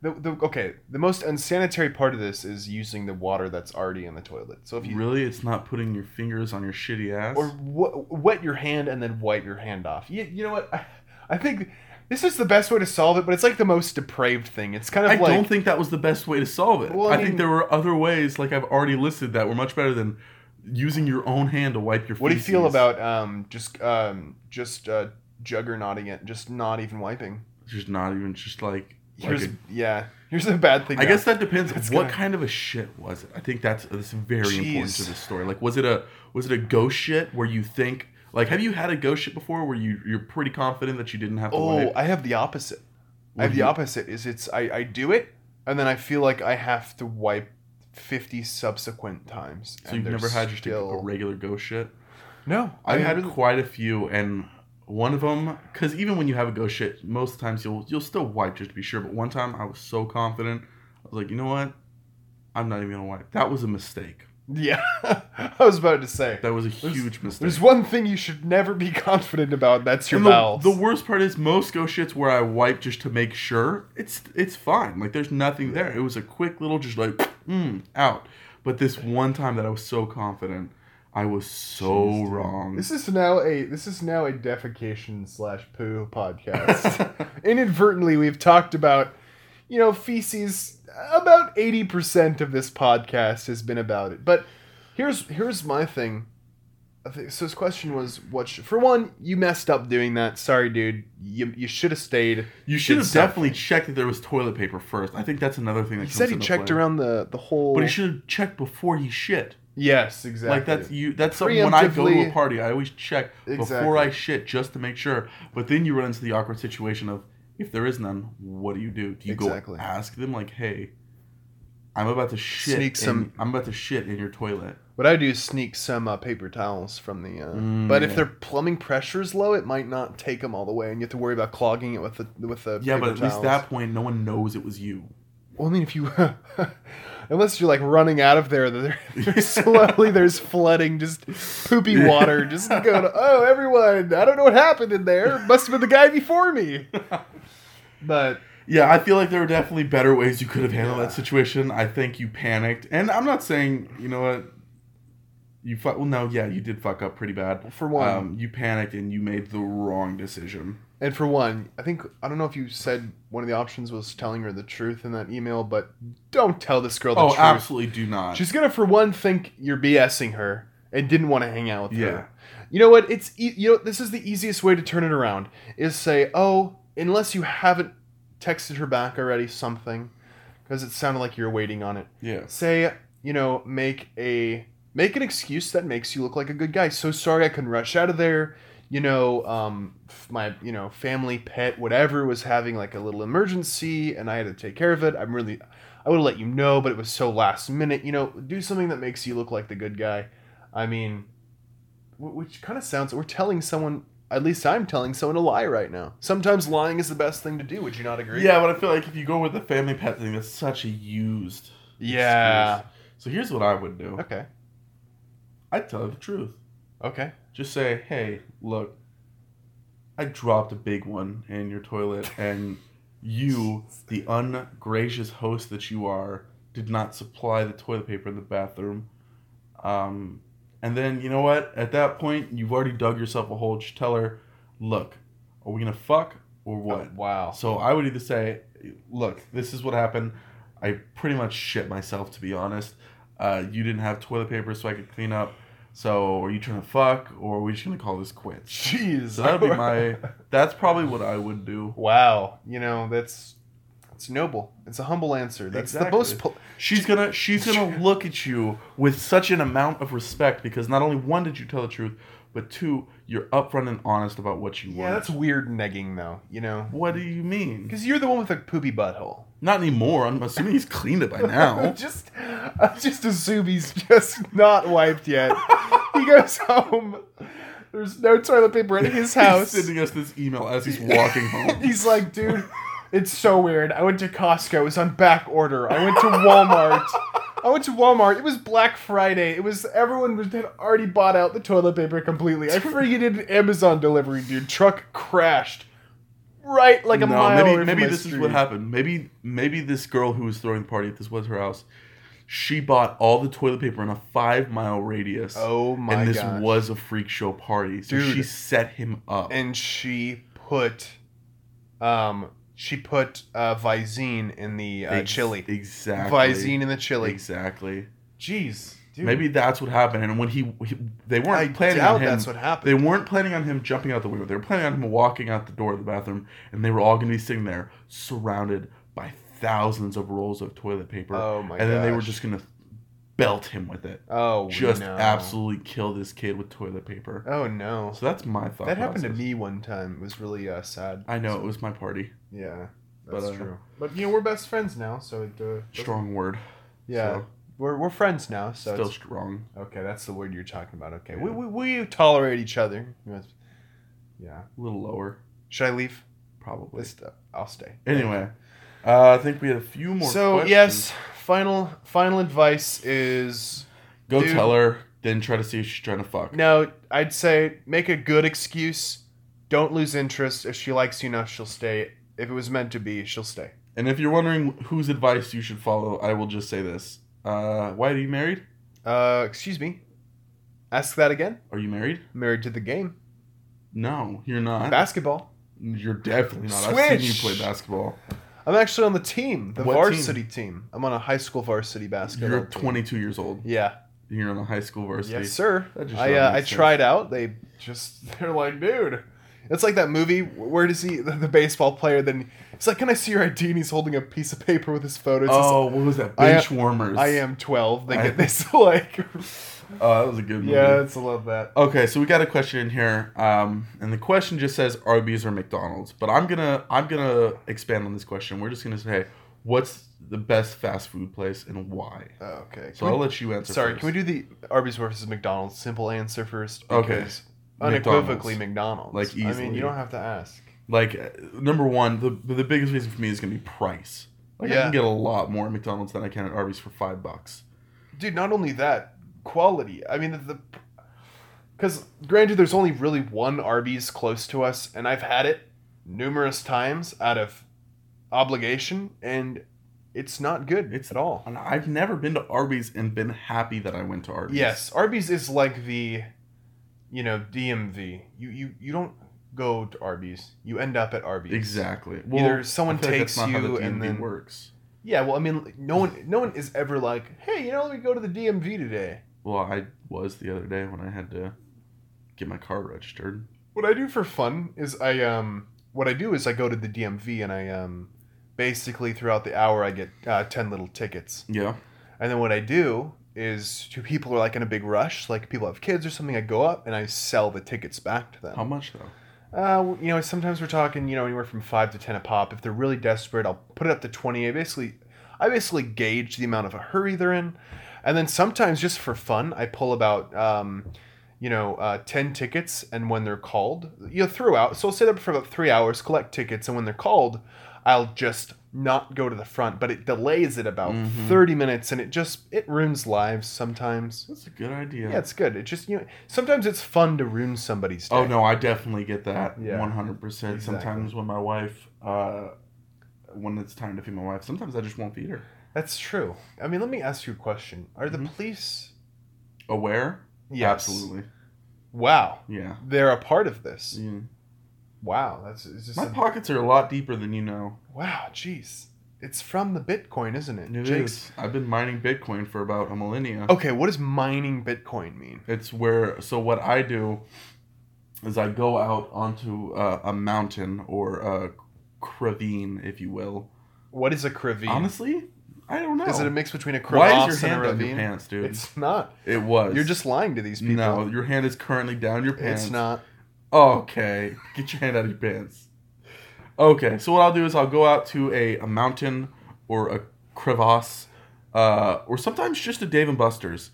S1: the, the, okay. The most unsanitary part of this is using the water that's already in the toilet. So if you
S2: Really, it's not putting your fingers on your shitty ass.
S1: or w- wet your hand and then wipe your hand off. You, you know what? I, I think this is the best way to solve it, but it's like the most depraved thing. It's kind of
S2: I
S1: like
S2: don't think that was the best way to solve it.
S1: Well, I
S2: I,
S1: mean-
S2: think there were other ways, like I've already listed, that were much better than using your own hand to wipe your.
S1: what do you feel
S2: feces.
S1: about um just um just uh juggernauting it, just not even wiping.
S2: Just not even just like. like
S1: Here's
S2: a-
S1: yeah. Here's a bad thing.
S2: I
S1: now.
S2: guess that depends.
S1: That's
S2: what
S1: gonna-
S2: kind of a shit was it? I think that's that's very important to
S1: Jeez.
S2: the story. Like, was it a was it a ghost shit where you think like have you had a ghost shit before where you you're pretty confident that you didn't have to
S1: Oh,
S2: wipe?
S1: I have the opposite. I
S2: Would
S1: have the
S2: you-
S1: opposite. Is it's I I do it and then I feel like I have to wipe. 50 subsequent times.
S2: So
S1: and
S2: you've
S1: they're
S2: never had just a-
S1: still...
S2: a regular ghost shit.
S1: No,
S2: I've
S1: I
S2: had
S1: really-
S2: quite a few, and one of them, because even when you have a ghost shit, most times you'll you'll still wipe just to be sure. But one time I was so confident, I was like, you know what, I'm not even gonna wipe. That was a mistake.
S1: Yeah. I was about to say.
S2: That was a huge mistake.
S1: There's one thing you should never be confident about. That's your
S2: And the,
S1: mouth.
S2: the worst part is most ghost shits where I wipe just to make sure it's it's fine. Like there's nothing there. It was a quick little just like mm, out. But this one time that I was so confident, I was so
S1: Jeez, dude.
S2: wrong.
S1: this is now a this is now a defecation slash poo podcast. Inadvertently, we've talked about you know feces. About eighty percent of this podcast has been about it. But here's here's my thing. I think- So his question was, what? Should, for one, you messed up doing that. Sorry, dude. You you should have stayed.
S2: you should
S1: did
S2: have
S1: something.
S2: definitely checked that there was toilet paper first. I think that's another thing that
S1: He
S2: comes
S1: said he
S2: into
S1: checked
S2: play.
S1: around the the whole.
S2: But he should have checked before he shit.
S1: Yes, exactly.
S2: Like that's you. That's something when I go to
S1: Preemptively-
S2: a party, I always check before
S1: Exactly.
S2: I shit just to make sure. But then you run into the awkward situation of if there is none, what do you do? Do you
S1: Exactly.
S2: go ask them like, "Hey, I'm about to shit.
S1: Sneak
S2: in-
S1: some-
S2: I'm about to shit in your toilet."
S1: What I do is sneak some uh, paper towels from the. Uh,
S2: Mm,
S1: but if
S2: yeah.
S1: their plumbing pressure is low, it might not take them all the way, and you have to worry about clogging it with the with the.
S2: Yeah, but
S1: paper
S2: at least
S1: towels.
S2: that point, no one knows it was you.
S1: Well, I mean, if you, unless you're like running out of there, there there's slowly there's flooding, just poopy
S2: Yeah.
S1: water, just going. Oh, everyone! I don't know what happened in there. Must have been the guy before me. But
S2: Yeah, I feel like there were definitely better ways you could have handled
S1: Yeah.
S2: that situation. I think you panicked, and I'm not saying you know what. You fuck. Well, no, yeah, you did fuck up pretty bad.
S1: for one,
S2: Um, you panicked and you made the wrong decision.
S1: And for one, I think I don't know if you said one of the options was telling her the truth in that email, but don't tell this girl the
S2: Oh,
S1: truth.
S2: absolutely do not.
S1: She's gonna, for one, think you're BSing her and didn't want to hang out with
S2: Yeah.
S1: her. You know what? It's e- you know this is the easiest way to turn it around is say, oh, unless you haven't texted her back already something, because it sounded like you're waiting on it.
S2: Yeah.
S1: Say, you know, make a make an excuse that makes you look like a good guy. So sorry I couldn't rush out of there. You know, um, f- my you know family pet whatever was having like a little emergency and I had to take care of it. I'm really I would have let you know, but it was so last minute. You know, do something that makes you look like the good guy. I mean, wh- which kind of sounds we're telling someone. At least I'm telling someone a lie right now. Sometimes lying is the best thing to do. Would you not agree?
S2: Yeah, but I feel like if you go with the family pet thing, that's such a used.
S1: Yeah.
S2: excuse. So here's what I would do.
S1: Okay.
S2: I'd tell her the truth.
S1: Okay.
S2: Just say, hey, look, I dropped a big one in your toilet, and you, the ungracious host that you are, did not supply the toilet paper in the bathroom. Um, and then, you know what? At that point, you've already dug yourself a hole. Just tell her, look, are we going to fuck or what?
S1: Oh, wow.
S2: So I would either say, look, this is what happened. I pretty much shit myself, to be honest. Uh, you didn't have toilet paper, so I could clean up. So are you trying to fuck, or are we just gonna call this quits?
S1: Jeez,
S2: So that'd be my. That's probably what I would do.
S1: Wow, you know that's it's noble. It's a humble answer. That's the
S2: Exactly.
S1: most. Pol-
S2: She's gonna she's gonna look at you with such an amount of respect because not only one did you tell the truth, but two you're upfront and honest about what you
S1: yeah,
S2: want.
S1: that's weird negging though. You know,
S2: what do you mean?
S1: because you're the one with a poopy butthole.
S2: Not anymore. I'm assuming he's cleaned it by now.
S1: just, I just assume he's just not wiped yet. he goes home. There's no toilet paper in his house.
S2: He's sending us this email as he's walking home.
S1: He's like, dude, it's so weird. I went to Costco. It was on back order. I went to Walmart. I went to Walmart. It was Black Friday. It was everyone was, had already bought out the toilet paper completely. I freaking did an Amazon delivery, dude. Truck crashed right like a
S2: no,
S1: mile
S2: maybe
S1: away
S2: maybe
S1: from my
S2: this
S1: street.
S2: is what happened. Maybe maybe this girl who was throwing the party, if this was her house, she bought all the toilet paper in a five mile radius.
S1: Oh my
S2: and this
S1: gosh.
S2: was a freak show party. So
S1: Dude.
S2: she set him up.
S1: and she put, um, she put uh, Visine in the uh,
S2: Ex-
S1: chili.
S2: Exactly.
S1: Visine in the chili.
S2: Exactly.
S1: Jeez, dude.
S2: Maybe that's what happened. And when he, he they weren't
S1: I
S2: planning
S1: doubt
S2: on him.
S1: that's what happened.
S2: They weren't planning on him jumping out the window. They were planning on him walking out the door of the bathroom, and they were all going to be sitting there surrounded by thousands of rolls of toilet paper.
S1: Oh my
S2: and then they were
S1: gosh.
S2: just going to belt him with it.
S1: Oh,
S2: Just
S1: no.
S2: absolutely kill this kid with toilet paper.
S1: Oh no.
S2: So that's my thought.
S1: that happened to
S2: process.
S1: me one time. It was really uh, sad.
S2: I know it was my party.
S1: Yeah,
S2: But,
S1: that's
S2: uh,
S1: true. But you know we're best friends now, so it, uh,
S2: Strong word.
S1: Yeah, we're, we're friends now,
S2: So
S1: so
S2: still
S1: it's-
S2: strong.
S1: okay. That's the word you're talking about. Okay, we,
S2: Yeah.
S1: we, we tolerate each other. Yes. Yeah.
S2: A little lower,
S1: Should I leave?
S2: probably.
S1: This, uh, I'll stay.
S2: Anyway, uh, I think we had a few more.
S1: so
S2: questions.
S1: yes, final final advice is
S2: Go
S1: Dude.
S2: tell her, then try to see if she's trying to fuck.
S1: no. I'd say make a good excuse. Don't lose interest. If she likes you enough, she'll stay. If it was meant to be, she'll stay.
S2: And if you're wondering whose advice you should follow, I will just say this. Uh, why are you married?
S1: Uh, excuse me. Ask that again.
S2: Are you married?
S1: Married to the game.
S2: No, you're not.
S1: Basketball.
S2: you're definitely not. I've seen you
S1: Switch!
S2: play basketball.
S1: I'm actually on the team, the
S2: What team?
S1: varsity team? I'm on a high school varsity basketball.
S2: You're
S1: team.
S2: 22 years old.
S1: Yeah.
S2: You're in a high school varsity.
S1: Yes, sir.
S2: That just
S1: I
S2: not
S1: uh, I
S2: makes sense.
S1: tried out. They just they're like, dude. It's like that movie. Where does he the, the baseball player? Then he's like, "Can I see your ID?" And he's holding a piece of paper with his photo. It says,
S2: Oh, what was that?
S1: I-
S2: Bench warmers.
S1: I am 12. They
S2: I-
S1: get this like,
S2: Oh, that was a good movie.
S1: yeah, it's I love that.
S2: Okay, so we got a question in here, um, and the question just says Arby's or McDonald's. But I'm gonna I'm gonna expand on this question. We're just gonna say what's the best fast food place and why.
S1: Oh, okay.
S2: So
S1: Can
S2: I'll
S1: we-
S2: let you answer.
S1: sorry,
S2: first.
S1: can we do the Arby's versus McDonald's simple answer first?
S2: Okay.
S1: Because Unequivocally, McDonald's.
S2: Like,
S1: I mean,
S2: easily.
S1: you don't have to ask.
S2: like uh, number one the the biggest reason for me is gonna be price like i
S1: Yeah.
S2: can get a lot more at mcdonald's than i can at arby's for five bucks
S1: dude not only that quality i mean the because granted there's only really one arby's close to us and i've had it numerous times out of obligation and it's not good
S2: It's-
S1: at all
S2: and i've never been to arby's and been happy that i went to arby's
S1: yes arby's is like the you know dmv you you, you don't go to arby's you end up at arby's
S2: exactly
S1: Either someone
S2: I feel like
S1: takes
S2: that's not how
S1: you
S2: the
S1: and
S2: DMV
S1: then-
S2: works
S1: yeah well i mean no one no one is ever like hey you know let me go to the dmv today
S2: well i was the other day when i had to get my car registered
S1: What I do for fun is I um what I do is I go to the DMV and I um basically throughout the hour I get uh, ten little tickets,
S2: Yeah.
S1: and then what I do is to people who are like in a big rush, like people have kids or something, I go up and I sell the tickets back to them.
S2: How much though?
S1: Uh, you know, sometimes we're talking, you know, anywhere from five to ten a pop. If they're really desperate, I'll put it up to twenty. I basically, I basically gauge the amount of a hurry they're in, and then sometimes just for fun, I pull about, um, you know, uh, ten tickets, and when they're called, you know, throughout. So I'll stay there for about three hours, collect tickets, and when they're called, I'll just not go to the front, but it delays it about
S2: Mhm.
S1: thirty minutes, and it just it ruins lives sometimes.
S2: That's a good idea.
S1: Yeah. it's good. It just you know sometimes it's fun to ruin somebody's day.
S2: Oh no, I definitely get that.
S1: Yeah.
S2: One hundred percent.
S1: Exactly.
S2: Sometimes when my wife, uh, when it's time to feed my wife, sometimes I just won't feed her.
S1: That's true. I mean, let me ask you a question. Are the
S2: Mhm.
S1: police?
S2: Aware?
S1: Yes.
S2: Absolutely.
S1: Wow,
S2: Yeah.
S1: they're a part of this.
S2: Yeah.
S1: Wow, that's it's just
S2: My
S1: a-
S2: pockets are a lot deeper than you know.
S1: wow. Jeez, it's from the Bitcoin, isn't it?
S2: It is. Oh, I've been mining Bitcoin for about a millennia.
S1: Okay, what does mining Bitcoin mean?
S2: It's where. So what I do is I go out onto uh, a mountain or a cravine, if you will.
S1: What is a cravine?
S2: Honestly, I don't know.
S1: Is it a mix between a
S2: Why is
S1: crevasse
S2: your
S1: and a
S2: hand on your
S1: ravine?
S2: pants, dude?
S1: It's not.
S2: it was.
S1: You're just lying to these people.
S2: No, your hand is currently down your pants.
S1: it's not.
S2: Okay, get your hand out of your pants. Okay, so what I'll do is I'll go out to a, a mountain or a crevasse, uh, or sometimes just a Dave and Buster's,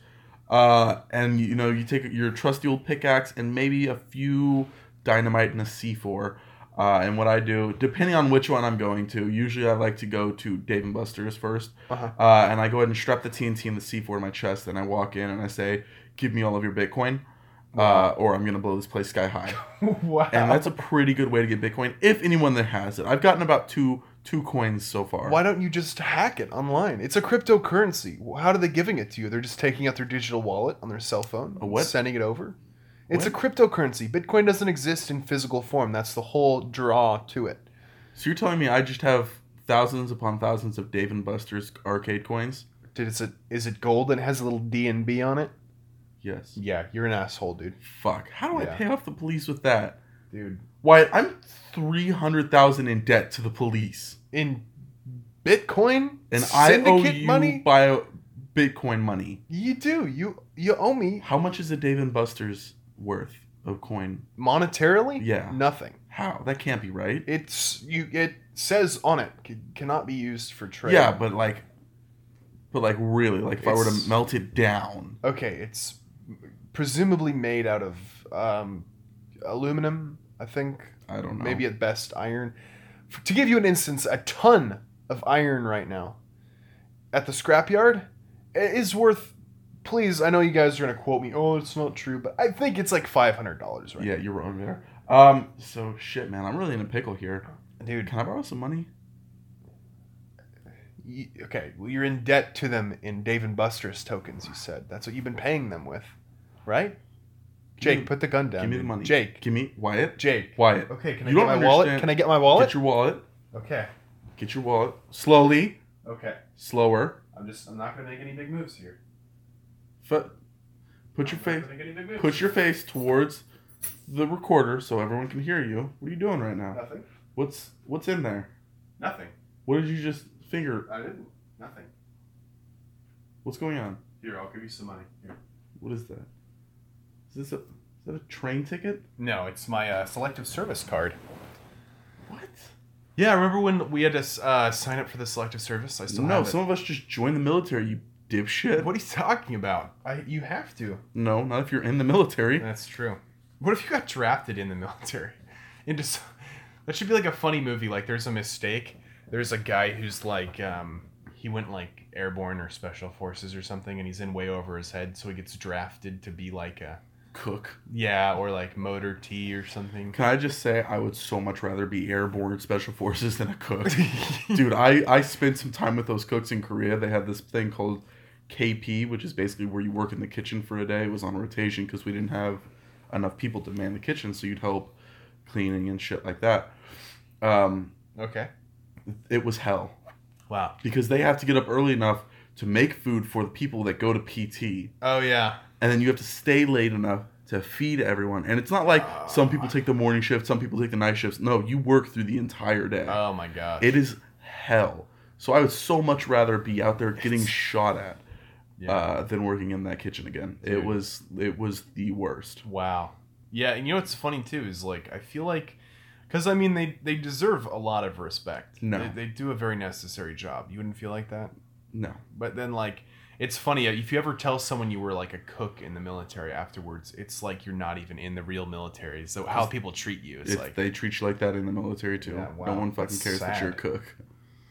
S2: uh, and you know you take your trusty old pickaxe and maybe a few dynamite and a C four. Uh, and what I do, depending on which one I'm going to, usually I like to go to Dave and Buster's first,
S1: Uh-huh.
S2: uh, and I go ahead and strap the TNT and the C4 to my chest, and I walk in and I say, "Give me all of your Bitcoin." Uh, or I'm gonna blow this place sky high
S1: wow.
S2: and that's a pretty good way to get Bitcoin if anyone that has it. I've gotten about two two coins so far.
S1: Why don't you just hack it online? It's a cryptocurrency. How are they giving it to you? They're just taking out their digital wallet on their cell phone,
S2: A what?
S1: sending it over. It's a cryptocurrency. Bitcoin doesn't exist in physical form. That's the whole draw to it.
S2: So you're telling me I just have thousands upon thousands of Dave and Buster's arcade coins?
S1: Did it's a, is it gold and it has a little D and B on it?
S2: Yes.
S1: Yeah, you're an asshole, dude.
S2: Fuck. How do
S1: Yeah.
S2: I pay off the police with that?
S1: Dude,
S2: Why I'm three hundred thousand in debt to the police,
S1: in Bitcoin
S2: and I owe
S1: syndicate
S2: you
S1: money,
S2: by Bitcoin money.
S1: you do. You you owe me
S2: How much is a Dave and Buster's worth of coin?
S1: monetarily.
S2: Yeah.
S1: nothing.
S2: How that can't be right.
S1: It's you. It says on it c- cannot be used for trade.
S2: Yeah, but like, but like really, like if I were
S1: It's-
S2: to melt it down,
S1: Okay, it's presumably made out of um, aluminum, I think.
S2: I don't know.
S1: Maybe at best iron. F- to give you an instance, a ton of iron right now at the scrapyard i- is worth. Please, I know you guys are going to quote me. Oh, it's not true, but I think it's like five hundred dollars right
S2: Yeah, you're wrong there. Um, so shit, man, I'm really in a pickle here.
S1: now, dude.
S2: Can I borrow some money?
S1: You, okay, well, you're in debt to them in Dave and Buster's tokens. You said that's what you've been paying them with, right? Jake,
S2: me-
S1: put the gun down.
S2: give me the
S1: dude.
S2: money.
S1: Jake,
S2: Give me Wyatt.
S1: Jake.
S2: Wyatt.
S1: Okay, can I
S2: You
S1: get
S2: don't
S1: my wallet?
S2: understand.
S1: Can I get my wallet?
S2: Get your wallet.
S1: Okay.
S2: Get your wallet. Slowly.
S1: Okay.
S2: Slower.
S1: I'm just. I'm not gonna make any big moves here.
S2: Fu- put your face.
S1: Make any big moves.
S2: Put your face towards the recorder so everyone can hear you. What are you doing right now?
S1: Nothing.
S2: What's What's in there?
S1: Nothing.
S2: What did you just finger?
S1: I didn't. Nothing.
S2: What's going on?
S1: Here, I'll give you some money. Here.
S2: What is that? Is this a Is that a train ticket?
S1: No, it's my uh, selective service card.
S2: What?
S1: Yeah, remember when we had to s- uh, sign up for the selective service? I still
S2: no,
S1: have it.
S2: some of us just joined the military. You dipshit.
S1: What are you talking about? I, you have to.
S2: No, not if you're in the military.
S1: That's true. What if you got drafted in the military? Into s- that should be like a funny movie. Like there's a mistake. There's a guy who's like um, he went like airborne or special forces or something, and he's in way over his head, so he gets drafted to be like a
S2: Cook.
S1: yeah or like motor T or something.
S2: Can I just say I would so much rather be airborne special forces than a cook. Dude, I, I spent some time with those cooks in Korea. They had this thing called KP, which is basically where you work in the kitchen for a day. It was on rotation because we didn't have enough people to man the kitchen, so you'd help cleaning and shit like that. Um,
S1: Okay.
S2: it was hell
S1: Wow.
S2: because they have to get up early enough to make food for the people that go to PT.
S1: Oh yeah.
S2: and then you have to stay late enough to feed everyone. And it's not like
S1: Uh.
S2: some people take the morning shift, some people take the night shifts. No, you work through the entire day.
S1: Oh my god.
S2: it is hell. So I would so much rather be out there getting
S1: It's-
S2: shot at
S1: Yeah.
S2: uh, than working in that kitchen again. It
S1: Dude.
S2: was it was the worst.
S1: Wow. Yeah, and you know what's funny too is like I feel like because I mean they they deserve a lot of respect.
S2: No.
S1: they, they do a very necessary job. You wouldn't feel like that,
S2: No,
S1: but then like it's funny uh, if you ever tell someone you were like a cook in the military afterwards, it's like you're not even in the real military. So how people treat you is
S2: if
S1: like
S2: they treat you like that in the military too,
S1: Yeah,
S2: no
S1: wow.
S2: one fucking
S1: That's
S2: cares that you're a
S1: sad.
S2: cook.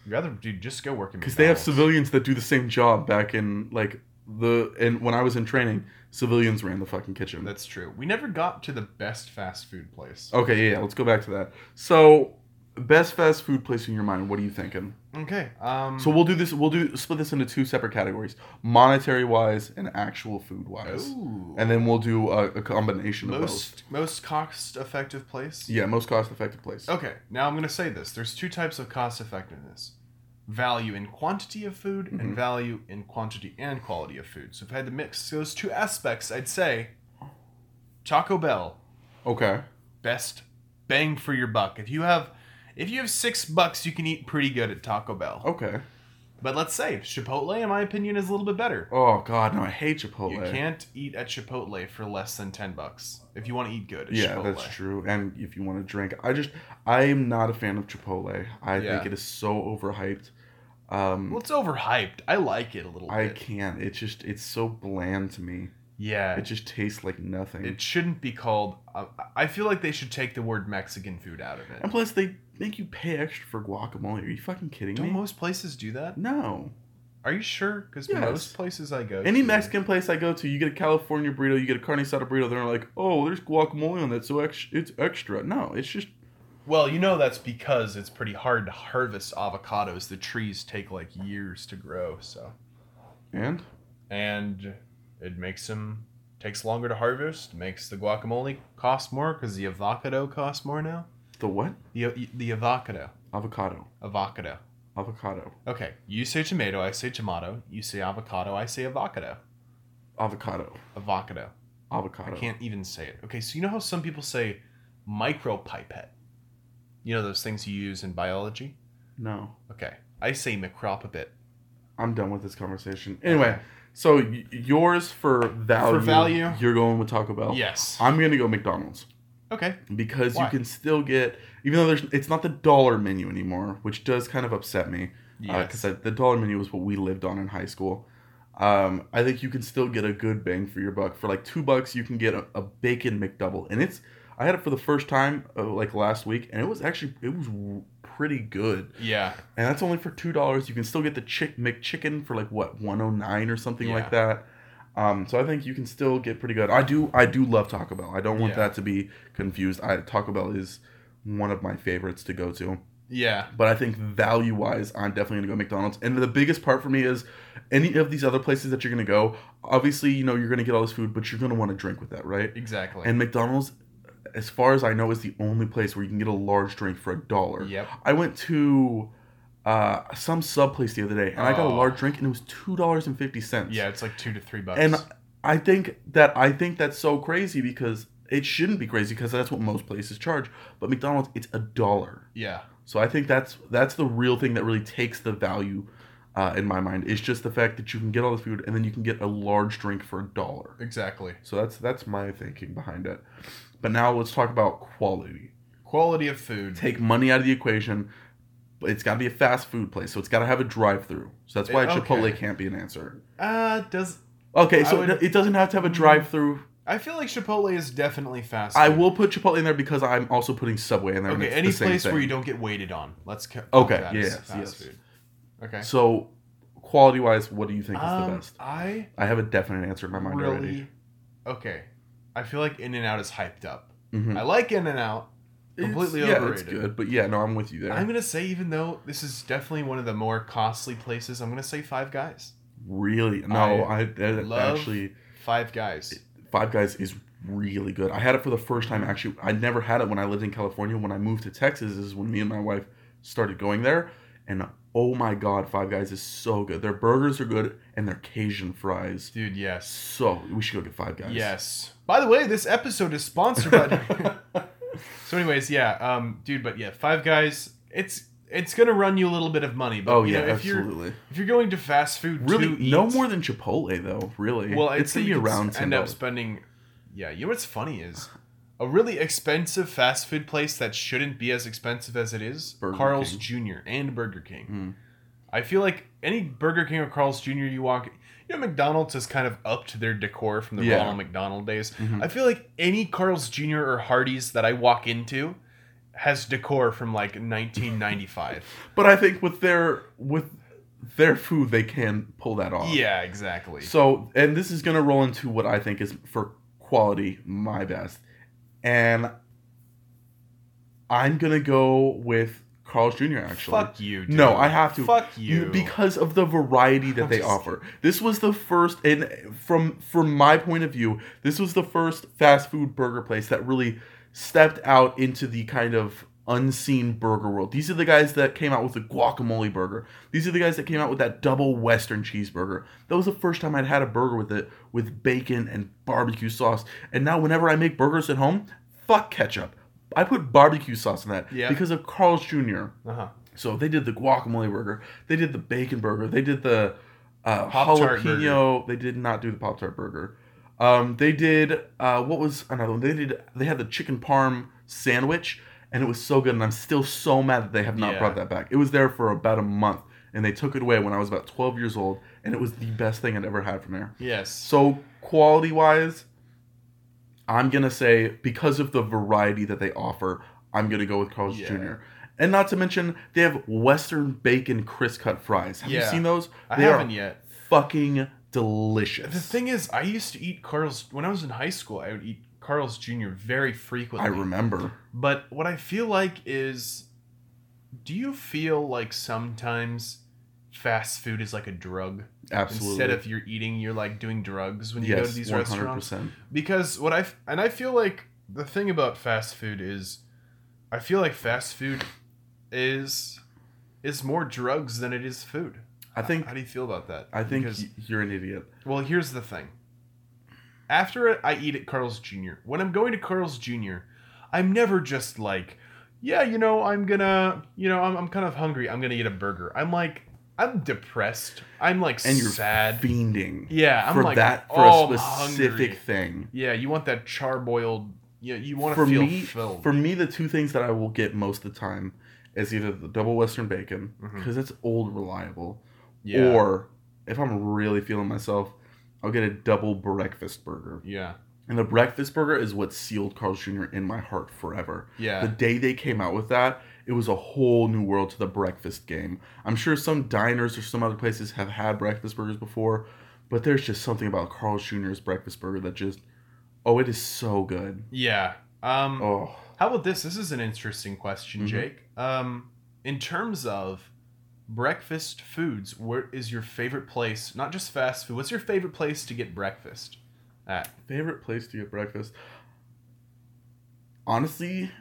S1: you'd rather dude just go work in
S2: Because they have
S1: McDonald's.
S2: civilians that do the same job back in like the and when I was in training, civilians ran the fucking kitchen.
S1: That's true. We never got to the best fast food place.
S2: okay, yeah, yeah, let's go back to that. So, best fast food place in your mind? What are you thinking?
S1: Okay. Um.
S2: Oh. So we'll do this. We'll do split this into two separate categories: monetary wise and actual food wise.
S1: Ooh.
S2: And then we'll do a, a combination of both.
S1: most most cost effective place.
S2: Yeah, most cost effective place.
S1: Okay, now I'm going to say this. There's two types of cost effectiveness value in quantity of food
S2: Mhm.
S1: and value in quantity and quality of food. So if I had to mix those two aspects, I'd say Taco Bell,
S2: Okay.
S1: best bang for your buck. If you have if you have 6 bucks, you can eat pretty good at Taco Bell.
S2: Okay.
S1: But let's say Chipotle in my opinion is a little bit better.
S2: Oh God, no, I hate Chipotle.
S1: You can't eat at Chipotle for less than 10 bucks if you want to eat good at
S2: Yeah,
S1: Chipotle.
S2: that's true. And if you want to drink, I just I am not a fan of Chipotle. I
S1: Yeah.
S2: think it is so overhyped. Um,
S1: Well, it's overhyped. I like it a little
S2: I
S1: bit.
S2: can't. It's just it's so bland to me.
S1: Yeah.
S2: It just tastes like nothing.
S1: It shouldn't be called. I I feel like they should take the word Mexican food out of
S2: and
S1: it.
S2: plus, they make you pay extra for guacamole. Are you fucking kidding
S1: Don't
S2: me?
S1: most places do that?
S2: no.
S1: Are you sure? Because
S2: Yes.
S1: most places I go,
S2: Any
S1: to-
S2: Mexican place I go to, you get a California burrito, you get a carne asada burrito. They're like, oh, there's guacamole on that, so ex- it's extra. No, it's just
S1: Well, you know that's because it's pretty hard to harvest avocados. The trees take like years to grow, so
S2: and
S1: and it makes them takes longer to harvest. Makes the guacamole cost more because the avocado costs more now.
S2: the what?
S1: The the avocado,
S2: Avocado,
S1: avocado.
S2: avocado,
S1: Okay, you say tomato, I say tomato. You say avocado, I say avocado,
S2: avocado,
S1: avocado.
S2: avocado.
S1: I can't even say it. Okay, so you know how some people say micropipette? You know those things you use in biology?
S2: No.
S1: Okay, I say micropipette.
S2: I'm done with this conversation. Anyway, so y- yours for value,
S1: For value?
S2: you're going with Taco Bell.
S1: Yes.
S2: I'm Uh, gonna go McDonald's
S1: Okay.
S2: because you
S1: Why?
S2: can still get, even though there's, it's not the dollar menu anymore, which does kind of upset me because
S1: Yes.
S2: Uh, the dollar menu was what we lived on in high school. Um, I think you can still get a good bang for your buck. For like two bucks, you can get a, a bacon McDouble, and it's I had it for the first time uh, like last week, and it was actually it was pretty good.
S1: yeah.
S2: And that's only for two dollars. You can still get the chick McChicken for like what one oh nine or something like that. Um, so I think you can still get pretty good. I do I do love Taco Bell. I don't want
S1: Yeah.
S2: that to be confused. I Taco Bell is one of my favorites to go to.
S1: Yeah.
S2: But I think value wise, I'm definitely gonna go McDonald's. And the biggest part for me is any of these other places that you're gonna go. Obviously, you know you're gonna get all this food, but you're gonna want to drink with that, right?
S1: Exactly.
S2: And McDonald's, as far as I know, is the only place where you can get a large drink for a dollar.
S1: yep.
S2: I went to uh, some sub place the other day, and I got a
S1: Oh.
S2: large drink, and it was two dollars and fifty cents.
S1: Yeah, it's like two to three bucks.
S2: and I think that I think that's so crazy because it shouldn't be crazy because that's what most places charge. But McDonald's, it's a dollar,
S1: yeah.
S2: so I think that's that's the real thing that really takes the value. Uh, in my mind, is just the fact that you can get all the food and then you can get a large drink for a dollar.
S1: Exactly.
S2: So that's that's my thinking behind it. But now let's talk about quality
S1: Quality of food.
S2: take money out of the equation. But it's got to be a fast food place, so it's got to have a drive-through. So that's why
S1: It- Eh, okay.
S2: Chipotle can't be an answer.
S1: Uh, does
S2: Okay, so
S1: I would-
S2: it- it doesn't have to have a drive-through.
S1: I feel like Chipotle is definitely fast.
S2: I
S1: food.
S2: will put Chipotle in there because I'm also putting Subway in there.
S1: Okay, any place where you don't get waited on. Let's ca- count
S2: Okay,
S1: that as
S2: yes,
S1: fast
S2: yes.
S1: food. Okay.
S2: So, quality-wise, what do you think is the
S1: Um,
S2: best?
S1: I
S2: I have a definite answer in my mind
S1: really
S2: already.
S1: okay. I feel like In and Out is hyped up.
S2: Mhm.
S1: I like In and Out. completely
S2: It's-
S1: overrated.
S2: Yeah, it's good, but yeah, no, I'm with you there.
S1: I'm gonna say, even though this is definitely one of the more costly places, I'm gonna say Five Guys.
S2: really, no, I, that-
S1: love-
S2: actually
S1: Five Guys.
S2: Five Guys is really good. I had it for the first time. Actually, I never had it when I lived in California. When I moved to Texas, is when me and my wife started going there. And oh my god, Five Guys is so good. Their burgers are good, and their Cajun fries.
S1: Dude, yes,
S2: So we should go get Five Guys.
S1: yes. By the way, this episode is sponsored by. so, anyways, yeah, um, dude, but yeah, Five Guys. It's it's gonna run you a little bit of money, but
S2: Oh
S1: you
S2: yeah,
S1: know, if you're
S2: absolutely.
S1: if you're going to fast food,
S2: Really,
S1: to
S2: no
S1: eat,
S2: more than Chipotle though. Really,
S1: Well, I'd
S2: it's
S1: say
S2: gonna be
S1: you could
S2: around
S1: s-
S2: ten
S1: end up
S2: dollars.
S1: spending. Yeah, you know what's funny is a really expensive fast food place that shouldn't be as expensive as it is.
S2: Burger
S1: Carl's Jr. and Burger King.
S2: Hmm.
S1: I feel like any Burger King or Carl's Jr. you walk, you know, McDonald's has kind of upped their decor from the
S2: Yeah.
S1: Ronald McDonald days.
S2: Mhm.
S1: I feel like any Carl's Jr. or Hardee's that I walk into has decor from like 1995.
S2: But I think with their with their food, they can pull that off.
S1: yeah, exactly.
S2: So, and this is gonna roll into what I think is for quality my best, and I'm gonna go with Carl's Jr. Actually.
S1: Fuck you. Dude.
S2: No, I have to.
S1: Fuck
S2: You-
S1: you.
S2: because of the variety that
S1: I'm
S2: they
S1: just-
S2: offer. This was the first, and from from my point of view, this was the first fast food burger place that really stepped out into the kind of unseen burger world. These are the guys that came out with the guacamole burger. These are the guys that came out with that double western cheeseburger. That was the first time I'd had a burger with it with bacon and barbecue sauce. And now whenever I make burgers at home, fuck ketchup. I put barbecue sauce in that
S1: Yeah.
S2: because of Carl's Jr.
S1: uh-huh.
S2: So they did the guacamole burger. They did the bacon burger. They did the uh,
S1: Pop-Tart
S2: jalapeno. They did not do the pop tart burger. Um, they did uh, what was another one? They did they had the chicken parm sandwich, and it was so good. And I'm still so mad that they have not
S1: Yeah.
S2: brought that back. It was there for about a month, and they took it away when I was about 12 years old, and it was the best thing I'd ever had from there.
S1: Yes.
S2: So quality wise, I'm gonna say because of the variety that they offer, I'm gonna go with Carl's
S1: Yeah.
S2: Jr. And not to mention they have Western bacon crisp cut fries. Have you
S1: Yeah.
S2: seen those?
S1: I
S2: they are
S1: haven't yet.
S2: fucking delicious.
S1: The thing is, I used to eat Carl's when I was in high school. I would eat Carl's Jr. very frequently.
S2: I remember.
S1: But what I feel like is, do you feel like sometimes fast food is like a drug?
S2: Absolutely.
S1: Instead of you're eating, you're like doing drugs when you go to these restaurants. Because what I f- and I feel like the thing about fast food is, I feel like fast food is is more drugs than it is food.
S2: I think
S1: How do you feel about that?
S2: I think
S1: Because-
S2: y- you're an idiot.
S1: well, here's the thing. After I eat at Carl's Jr., when I'm going to Carl's Jr., I'm never just like, yeah, you know, I'm gonna, you know, I'm, I'm kind of hungry. I'm gonna eat a burger. I'm like, I'm depressed. I'm like
S2: And you're
S1: sad.
S2: Fiending
S1: yeah, I'm
S2: for
S1: like,
S2: that for
S1: oh,
S2: a
S1: I'm
S2: specific
S1: hungry.
S2: thing.
S1: Yeah, you want that charboiled. Yeah, you want
S2: for
S1: to feel
S2: me,
S1: filled.
S2: for me, the two things that I will get most of the time is either the double western bacon
S1: Mhm.
S2: because it's old reliable,
S1: yeah,
S2: or if I'm really feeling myself, I'll get a double breakfast burger.
S1: yeah,
S2: And the breakfast burger is what sealed Carl's Jr. in my heart forever. The
S1: yeah,
S2: day they came out with that, it was a whole new world to the breakfast game. I'm sure some diners or some other places have had breakfast burgers before, but there's just something about Carl's Jr.'s breakfast burger that just, oh, it is so good.
S1: yeah. Um,
S2: Oh.
S1: How about this? This is an interesting question,
S2: Mhm.
S1: Jake. Um, in terms of breakfast foods, where is your favorite place? Not just fast food. What's your favorite place to get breakfast? At
S2: Favorite place to get breakfast? Honestly,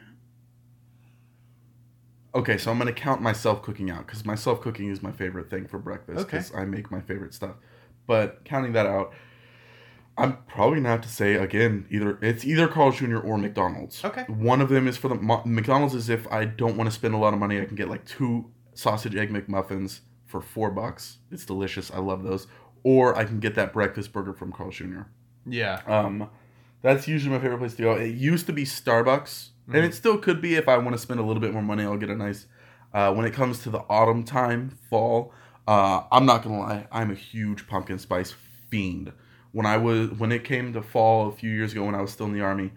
S2: okay, so I'm gonna count myself cooking out because myself cooking is my favorite thing for breakfast
S1: Okay.
S2: because I make my favorite stuff. But counting that out, I'm probably gonna have to say again either it's either Carl's Jr. or McDonald's.
S1: okay,
S2: One of them is for the Mo- McDonald's is if I don't want to spend a lot of money, I can get like two sausage egg McMuffins for four bucks. It's delicious. I love those. Or I can get that breakfast burger from Carl's Jr.
S1: yeah,
S2: Um, that's usually my favorite place to go. It used to be Starbucks, and
S1: Mhm.
S2: it still could be if I want to spend a little bit more money. I'll get a nice. Uh, when it comes to the autumn time, fall, uh, I'm not gonna lie, I'm a huge pumpkin spice fiend. When I was when it came to fall a few years ago, when I was still in the army,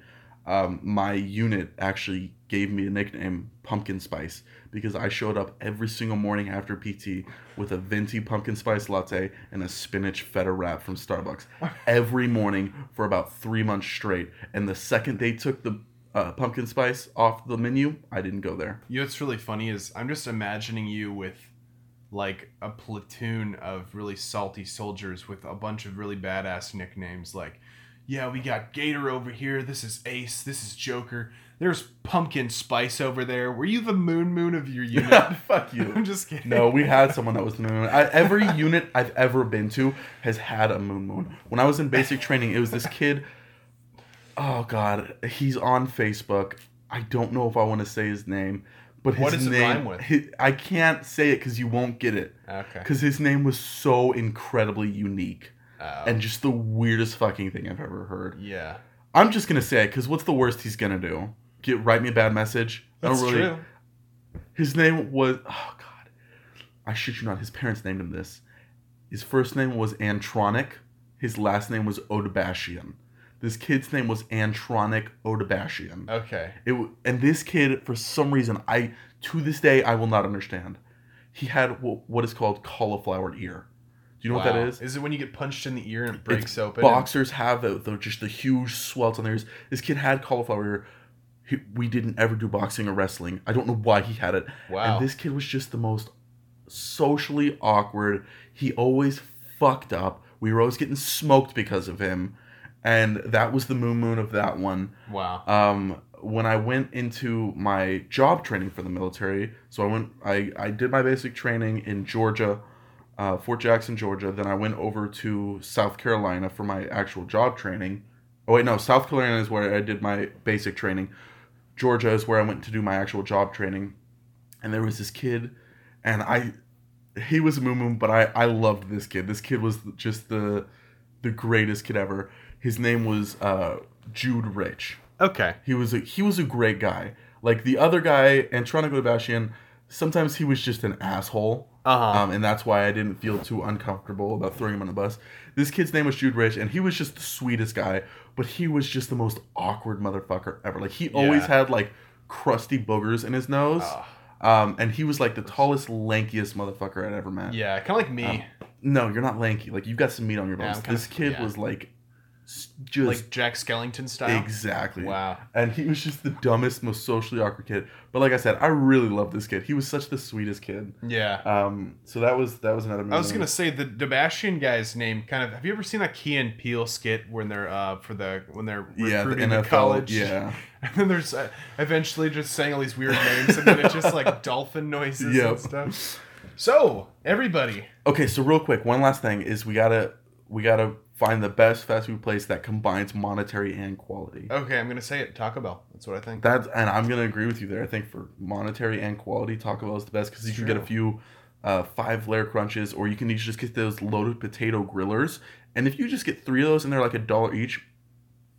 S2: um, my unit actually gave me a nickname, Pumpkin Spice, because I showed up every single morning after PT with a venti pumpkin spice latte and a spinach feta wrap from Starbucks every morning for about three months straight. And the second they took the uh, pumpkin spice off the menu, I didn't go there.
S1: You know what's really funny is I'm just imagining you with like a platoon of really salty soldiers with a bunch of really badass nicknames like yeah, we got Gator over here. This is Ace. This is Joker. There's Pumpkin Spice over there. Were you the moon moon of your unit?
S2: Fuck
S1: I'm
S2: you.
S1: just kidding.
S2: No, we had someone that was the moon. I, every unit I've ever been to has had a moon moon. When I was in basic training, it was this kid. Oh God, he's on Facebook. I don't know if I want to say his name, But his
S1: What does it
S2: name,
S1: rhyme with?
S2: hi- I can't say it because you won't get it.
S1: Okay.
S2: Because his name was so incredibly unique
S1: Oh.
S2: and just the weirdest fucking thing I've ever heard.
S1: yeah.
S2: I'm just gonna say it because what's the worst he's gonna do? Get write me a bad message. I don't
S1: That's
S2: really-
S1: true.
S2: His name was oh god, I shit you not. His parents named him this. His first name was Antronic. His last name was Odabashian. This kid's name was Antronic Odabashian.
S1: Okay.
S2: It w- and this kid, for some reason, I to this day I will not understand. He had what, what is called cauliflower ear. Do you know what
S1: Wow.
S2: that is?
S1: Is it when you get punched in the ear and it breaks open?
S2: Boxers have the, the, just the huge swells on theirs. This kid had cauliflower ear. He, we didn't ever do boxing or wrestling. I don't know why he had it.
S1: wow.
S2: And this kid was just the most socially awkward. He always fucked up. We were always getting smoked because of him. And that was the moon moon of that one
S1: wow.
S2: um, when I went into my job training for the military. So I went, I, I did my basic training in Georgia, uh, Fort Jackson, Georgia. Then I went over to South Carolina for my actual job training. Oh wait, no, South Carolina is where I did my basic training. Georgia is where I went to do my actual job training. And there was this kid, and I, he was a moo moo, but I I loved this kid. This kid was just the, the greatest kid ever. His name was uh, Jude Rich.
S1: Okay.
S2: He was a he was a great guy. Like the other guy, Antronic Bashian, sometimes he was just an asshole.
S1: Uh huh.
S2: Um, and that's why I didn't feel too uncomfortable about throwing him on the bus. This kid's name was Jude Rich, and he was just the sweetest guy, but he was just the most awkward motherfucker ever. Like he always
S1: Yeah.
S2: had like crusty boogers in his nose.
S1: Uh,
S2: Um, and he was like the tallest, lankiest motherfucker I'd ever met.
S1: Ah. yeah. Kind of like me.
S2: um, No, you're not lanky. Like you've got some meat on your
S1: Yeah,
S2: bones.
S1: I'm kinda-
S2: this kid
S1: yeah.
S2: was like s- just
S1: like Jack Skellington style.
S2: exactly
S1: Wow.
S2: and he was just the dumbest, most socially awkward kid. But like I said, I really loved this kid. He was such the sweetest kid.
S1: Yeah.
S2: Um, so that was that was another.
S1: I was
S2: moment.
S1: gonna say the Sebastian guy's name. Kind of. Have you ever seen that Key and Peele skit when they're uh for the when they're
S2: yeah, the
S1: recruiting
S2: NFL,
S1: the college?
S2: yeah,
S1: And then there's uh, eventually just saying all these weird names, and then it's just like dolphin noises
S2: Yep.
S1: and stuff. So everybody,
S2: Okay, so real quick, one last thing is we gotta we gotta find the best fast food place that combines monetary and quality.
S1: okay, I'm gonna say it. Taco Bell. That's what I think.
S2: That's and I'm gonna agree with you there. I think for monetary and quality, Taco Bell is the best because you can get a
S1: True.
S2: few uh, five layer crunches, or you can just get those loaded potato grillers. And if you just get three of those and they're like a dollar each,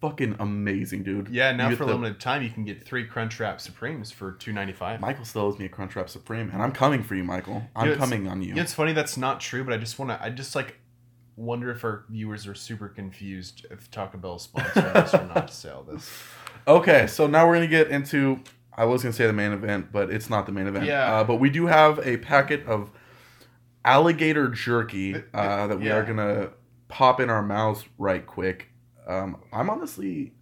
S2: fucking amazing, dude.
S1: yeah. Now
S2: you
S1: for a
S2: get the-
S1: limited time, you can get three Crunchwrap Supremes for two ninety five.
S2: Michael still owes me a Crunchwrap Supreme, and I'm coming for you, Michael. I'm
S1: Yeah, it's-
S2: coming on you.
S1: Yeah, it's funny that's not true, but I just want to. I just like wonder if our viewers are super confused if Taco Bell sponsored us or not to sell this.
S2: Okay, so now we're gonna get into. I was gonna say the main event, but it's not the main event.
S1: Yeah.
S2: Uh, but we do have a packet of alligator jerky
S1: It- it-
S2: uh, that we
S1: yeah.
S2: are gonna pop in our mouths right quick. Um, I'm honestly,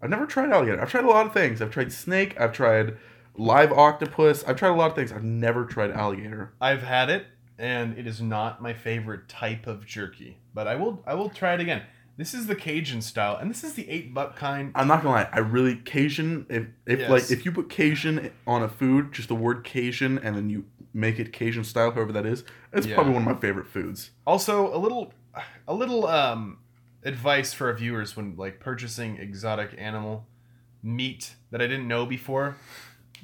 S2: I've never tried alligator. I've tried a lot of things. I've tried snake. I've tried live octopus. I've tried a lot of things. I've never tried alligator.
S1: I've had it, and it is not my favorite type of jerky, but I will. I will try it again. This is the Cajun style, and this is the eight buck kind.
S2: I'm not gonna lie. I really Cajun. If if
S1: Yes.
S2: like if you put Cajun on a food, just the word Cajun, and then you make it Cajun style, however that is, it's
S1: Yeah.
S2: probably one of my favorite foods.
S1: Also, a little, a little um, advice for our viewers when like purchasing exotic animal meat that I didn't know before.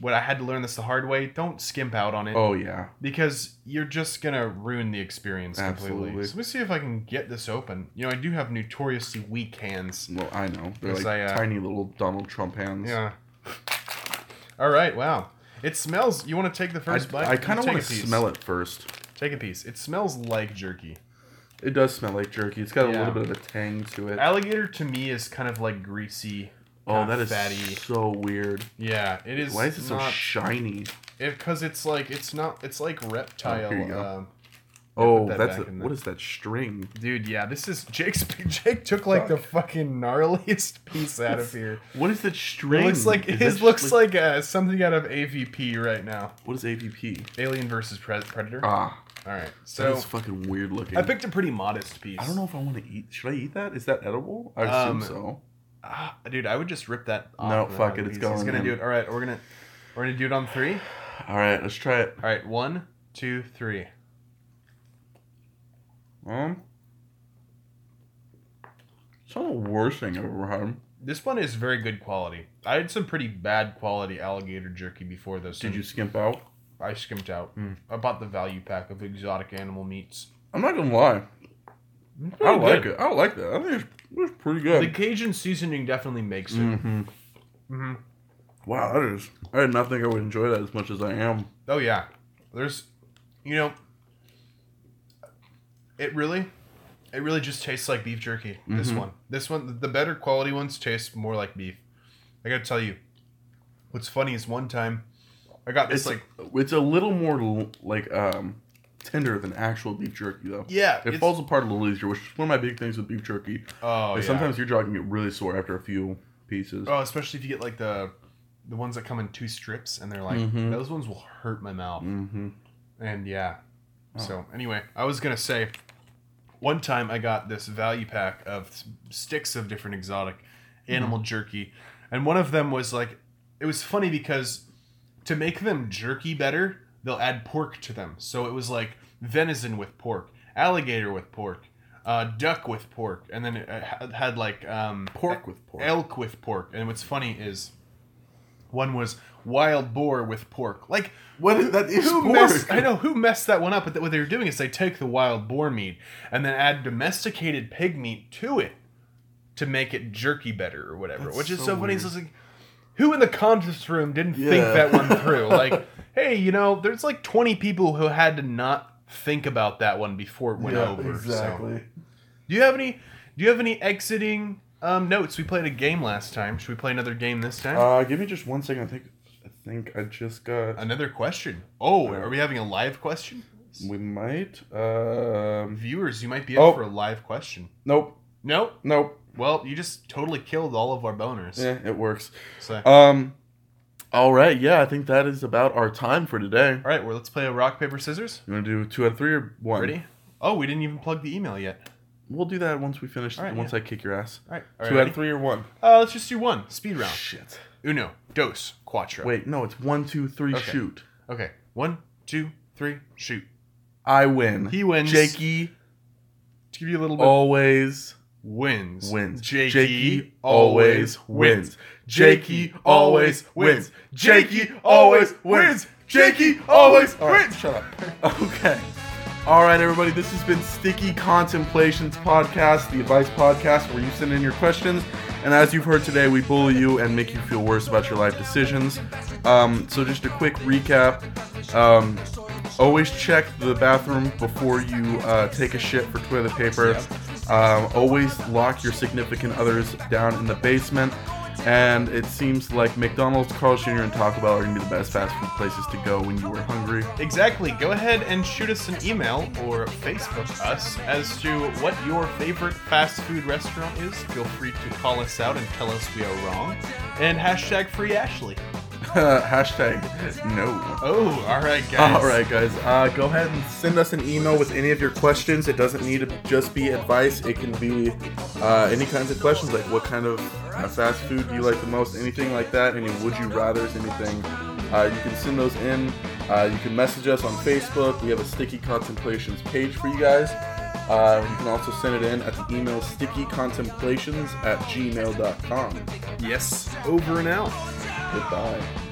S1: What I had to learn this the hard way. Don't skimp out on it.
S2: Oh yeah,
S1: because you're just gonna ruin the experience completely.
S2: Absolutely.
S1: So let me see if I can get this open. You know, I do have notoriously weak hands.
S2: well I know they're
S1: Yes,
S2: like
S1: I, uh,
S2: tiny little Donald Trump hands.
S1: Yeah. All right. Wow. It smells. You want to take the
S2: I,
S1: first bite?
S2: I kind of want to smell it first.
S1: Take a piece. It smells like jerky.
S2: It does smell like jerky. It's got a
S1: Yeah.
S2: little bit of a tang to it.
S1: Alligator to me is kind of like greasy.
S2: oh,
S1: kinda
S2: that is
S1: fatty.
S2: so weird.
S1: Yeah, it is.
S2: Why is it so
S1: not,
S2: shiny?
S1: Because it's like it's not. It's like reptile.
S2: Oh, here you go.
S1: um,
S2: Oh,
S1: that
S2: that's a,
S1: back in
S2: what
S1: there.
S2: is that string?
S1: dude, yeah, this is Jake's. Jake took like the fucking gnarliest piece out of here.
S2: What is that string?
S1: It looks like
S2: Is
S1: his
S2: that
S1: looks
S2: just
S1: like uh, something out of AVP right now.
S2: what is AVP?
S1: Alien versus Pred- Predator.
S2: Ah,
S1: All right,
S2: that
S1: so
S2: is fucking weird looking.
S1: I picked a pretty modest piece.
S2: I don't know if I want to eat. Should I eat that? Is that edible? I
S1: Um,
S2: assume so.
S1: Ah, dude. I would just rip that. Off
S2: No,
S1: and
S2: fuck
S1: have
S2: it, it's
S1: piece. He's
S2: going
S1: gonna
S2: in.
S1: do it. All right, we're gonna we're gonna do it on three. All
S2: All right, let's try it.
S1: right, one, two, three.
S2: Um, it's not the worst thing I've ever had.
S1: This one is very good quality. I had some pretty bad quality alligator jerky before this.
S2: Did
S1: and
S2: you skimp out?
S1: I skimped out.
S2: Mm.
S1: I bought the value pack of exotic animal meats.
S2: I'm not gonna lie. I like it. I like that. I think it's, it's pretty
S1: The
S2: good.
S1: Cajun seasoning definitely makes it.
S2: hmm
S1: hmm
S2: Wow, that is. I did not think I would enjoy that as much as I am.
S1: Oh yeah, there's, you know, it really, it really just tastes like beef jerky. This
S2: Mhm.
S1: one, this one, the better quality ones taste more like beef. I gotta tell you, what's funny is one time, I got this
S2: It's
S1: like
S2: like it's a little more l- like um tender than actual beef jerky though.
S1: yeah,
S2: It
S1: it's-
S2: falls apart a little easier, which is one of my big things with beef jerky.
S1: Oh yeah.
S2: is Sometimes your jaw can get really sore after a few pieces.
S1: Oh, especially if you get like the, the ones that come in two strips, and they're like
S2: Mhm.
S1: those ones will hurt my mouth.
S2: Mm-hmm.
S1: And yeah.
S2: Oh.
S1: So anyway, I was gonna say, one time I got this value pack of s- sticks of different exotic
S2: Mm-hmm.
S1: animal jerky, and one of them was like, it was funny because to make them jerky better, they'll add pork to them. So it was like venison with pork, alligator with pork, uh, duck with pork, and then it uh, had- had like um,
S2: Pork with pork.
S1: elk with pork. And what's funny is, one was wild boar with pork, like.
S2: What is, that is
S1: Who
S2: pork.
S1: messed, I know who messed that one up, but th- what they were doing is they take the wild boar meat and then add domesticated pig meat to it to make it jerky better or whatever.
S2: That's
S1: which is so,
S2: so
S1: funny. It's
S2: weird.
S1: just like, who in the conscious room didn't think
S2: Yeah.
S1: that one through? like, hey, you know, there's like 20 people who had to not think about that one before it went
S2: Yeah,
S1: over. So,
S2: Exactly.
S1: do you have any? Do you have any exiting um, notes? We played a game last time. Should we play another game this time?
S2: Uh, give me just one second. I think I think I just got.
S1: another question. Oh, are we having a live question?
S2: We might. Um,
S1: viewers, you might be
S2: Oh.
S1: up for a live question.
S2: nope.
S1: Nope.
S2: Nope.
S1: Well, you just totally killed all of our boners.
S2: Yeah, it works.
S1: So, all
S2: Um. All right. Yeah, I think that is about our time for today.
S1: right, well, let's play a rock paper scissors.
S2: You want to do two out of three or one?
S1: Ready? Oh, we didn't even plug the email yet.
S2: We'll do that once we finish.
S1: All right,
S2: once I kick your ass.
S1: All right, all right.
S2: two out
S1: ready?
S2: of three or one.
S1: Uh, let's just do one speed round.
S2: Shit.
S1: Uno, dos, cuatro.
S2: Wait, no, it's one, two, three.
S1: Okay.
S2: Shoot.
S1: Okay. One, two, three. Shoot.
S2: I win.
S1: He wins.
S2: Jakey
S1: to give you a little bit.
S2: Oh, always
S1: wins.
S2: wins.
S1: Jakey,
S2: Jakey always wins. Jakey always wins. Jakey always wins. Jakey always wins. Shut up. Okay. All right, everybody. This has been Sticky Contemplations podcast, the advice podcast where you send in your questions. And as you've heard today, we bully you and make you feel worse about your life decisions. Um, so, just a quick recap. Um, always check the bathroom before you uh, take a shit for toilet paper. Um, always lock your significant others down in the basement. And it seems like McDonald's, Carl's Jr., and Taco Bell are going to be the best fast food places to go when you are hungry.
S1: Exactly. Go ahead and shoot us an email or Facebook us as to what your favorite fast food restaurant is. Feel free to call us out and tell us we are wrong. And hashtag free Ashley.
S2: Hashtag no.
S1: Oh, all right, guys.
S2: All right, guys. Uh, go ahead and send us an email with any of your questions. It doesn't need to just be advice. It can be uh, any kinds of questions, like what kind of uh, fast food do you like the most, anything like that, any would you rather's, anything. Uh, you can send those in. Uh, you can message us on Facebook. We have a Sticky Contemplations page for you guys. Uh, you can also send it in at the email stickycontemplations at gmail.com.
S1: Yes. Over and out.
S2: Goodbye.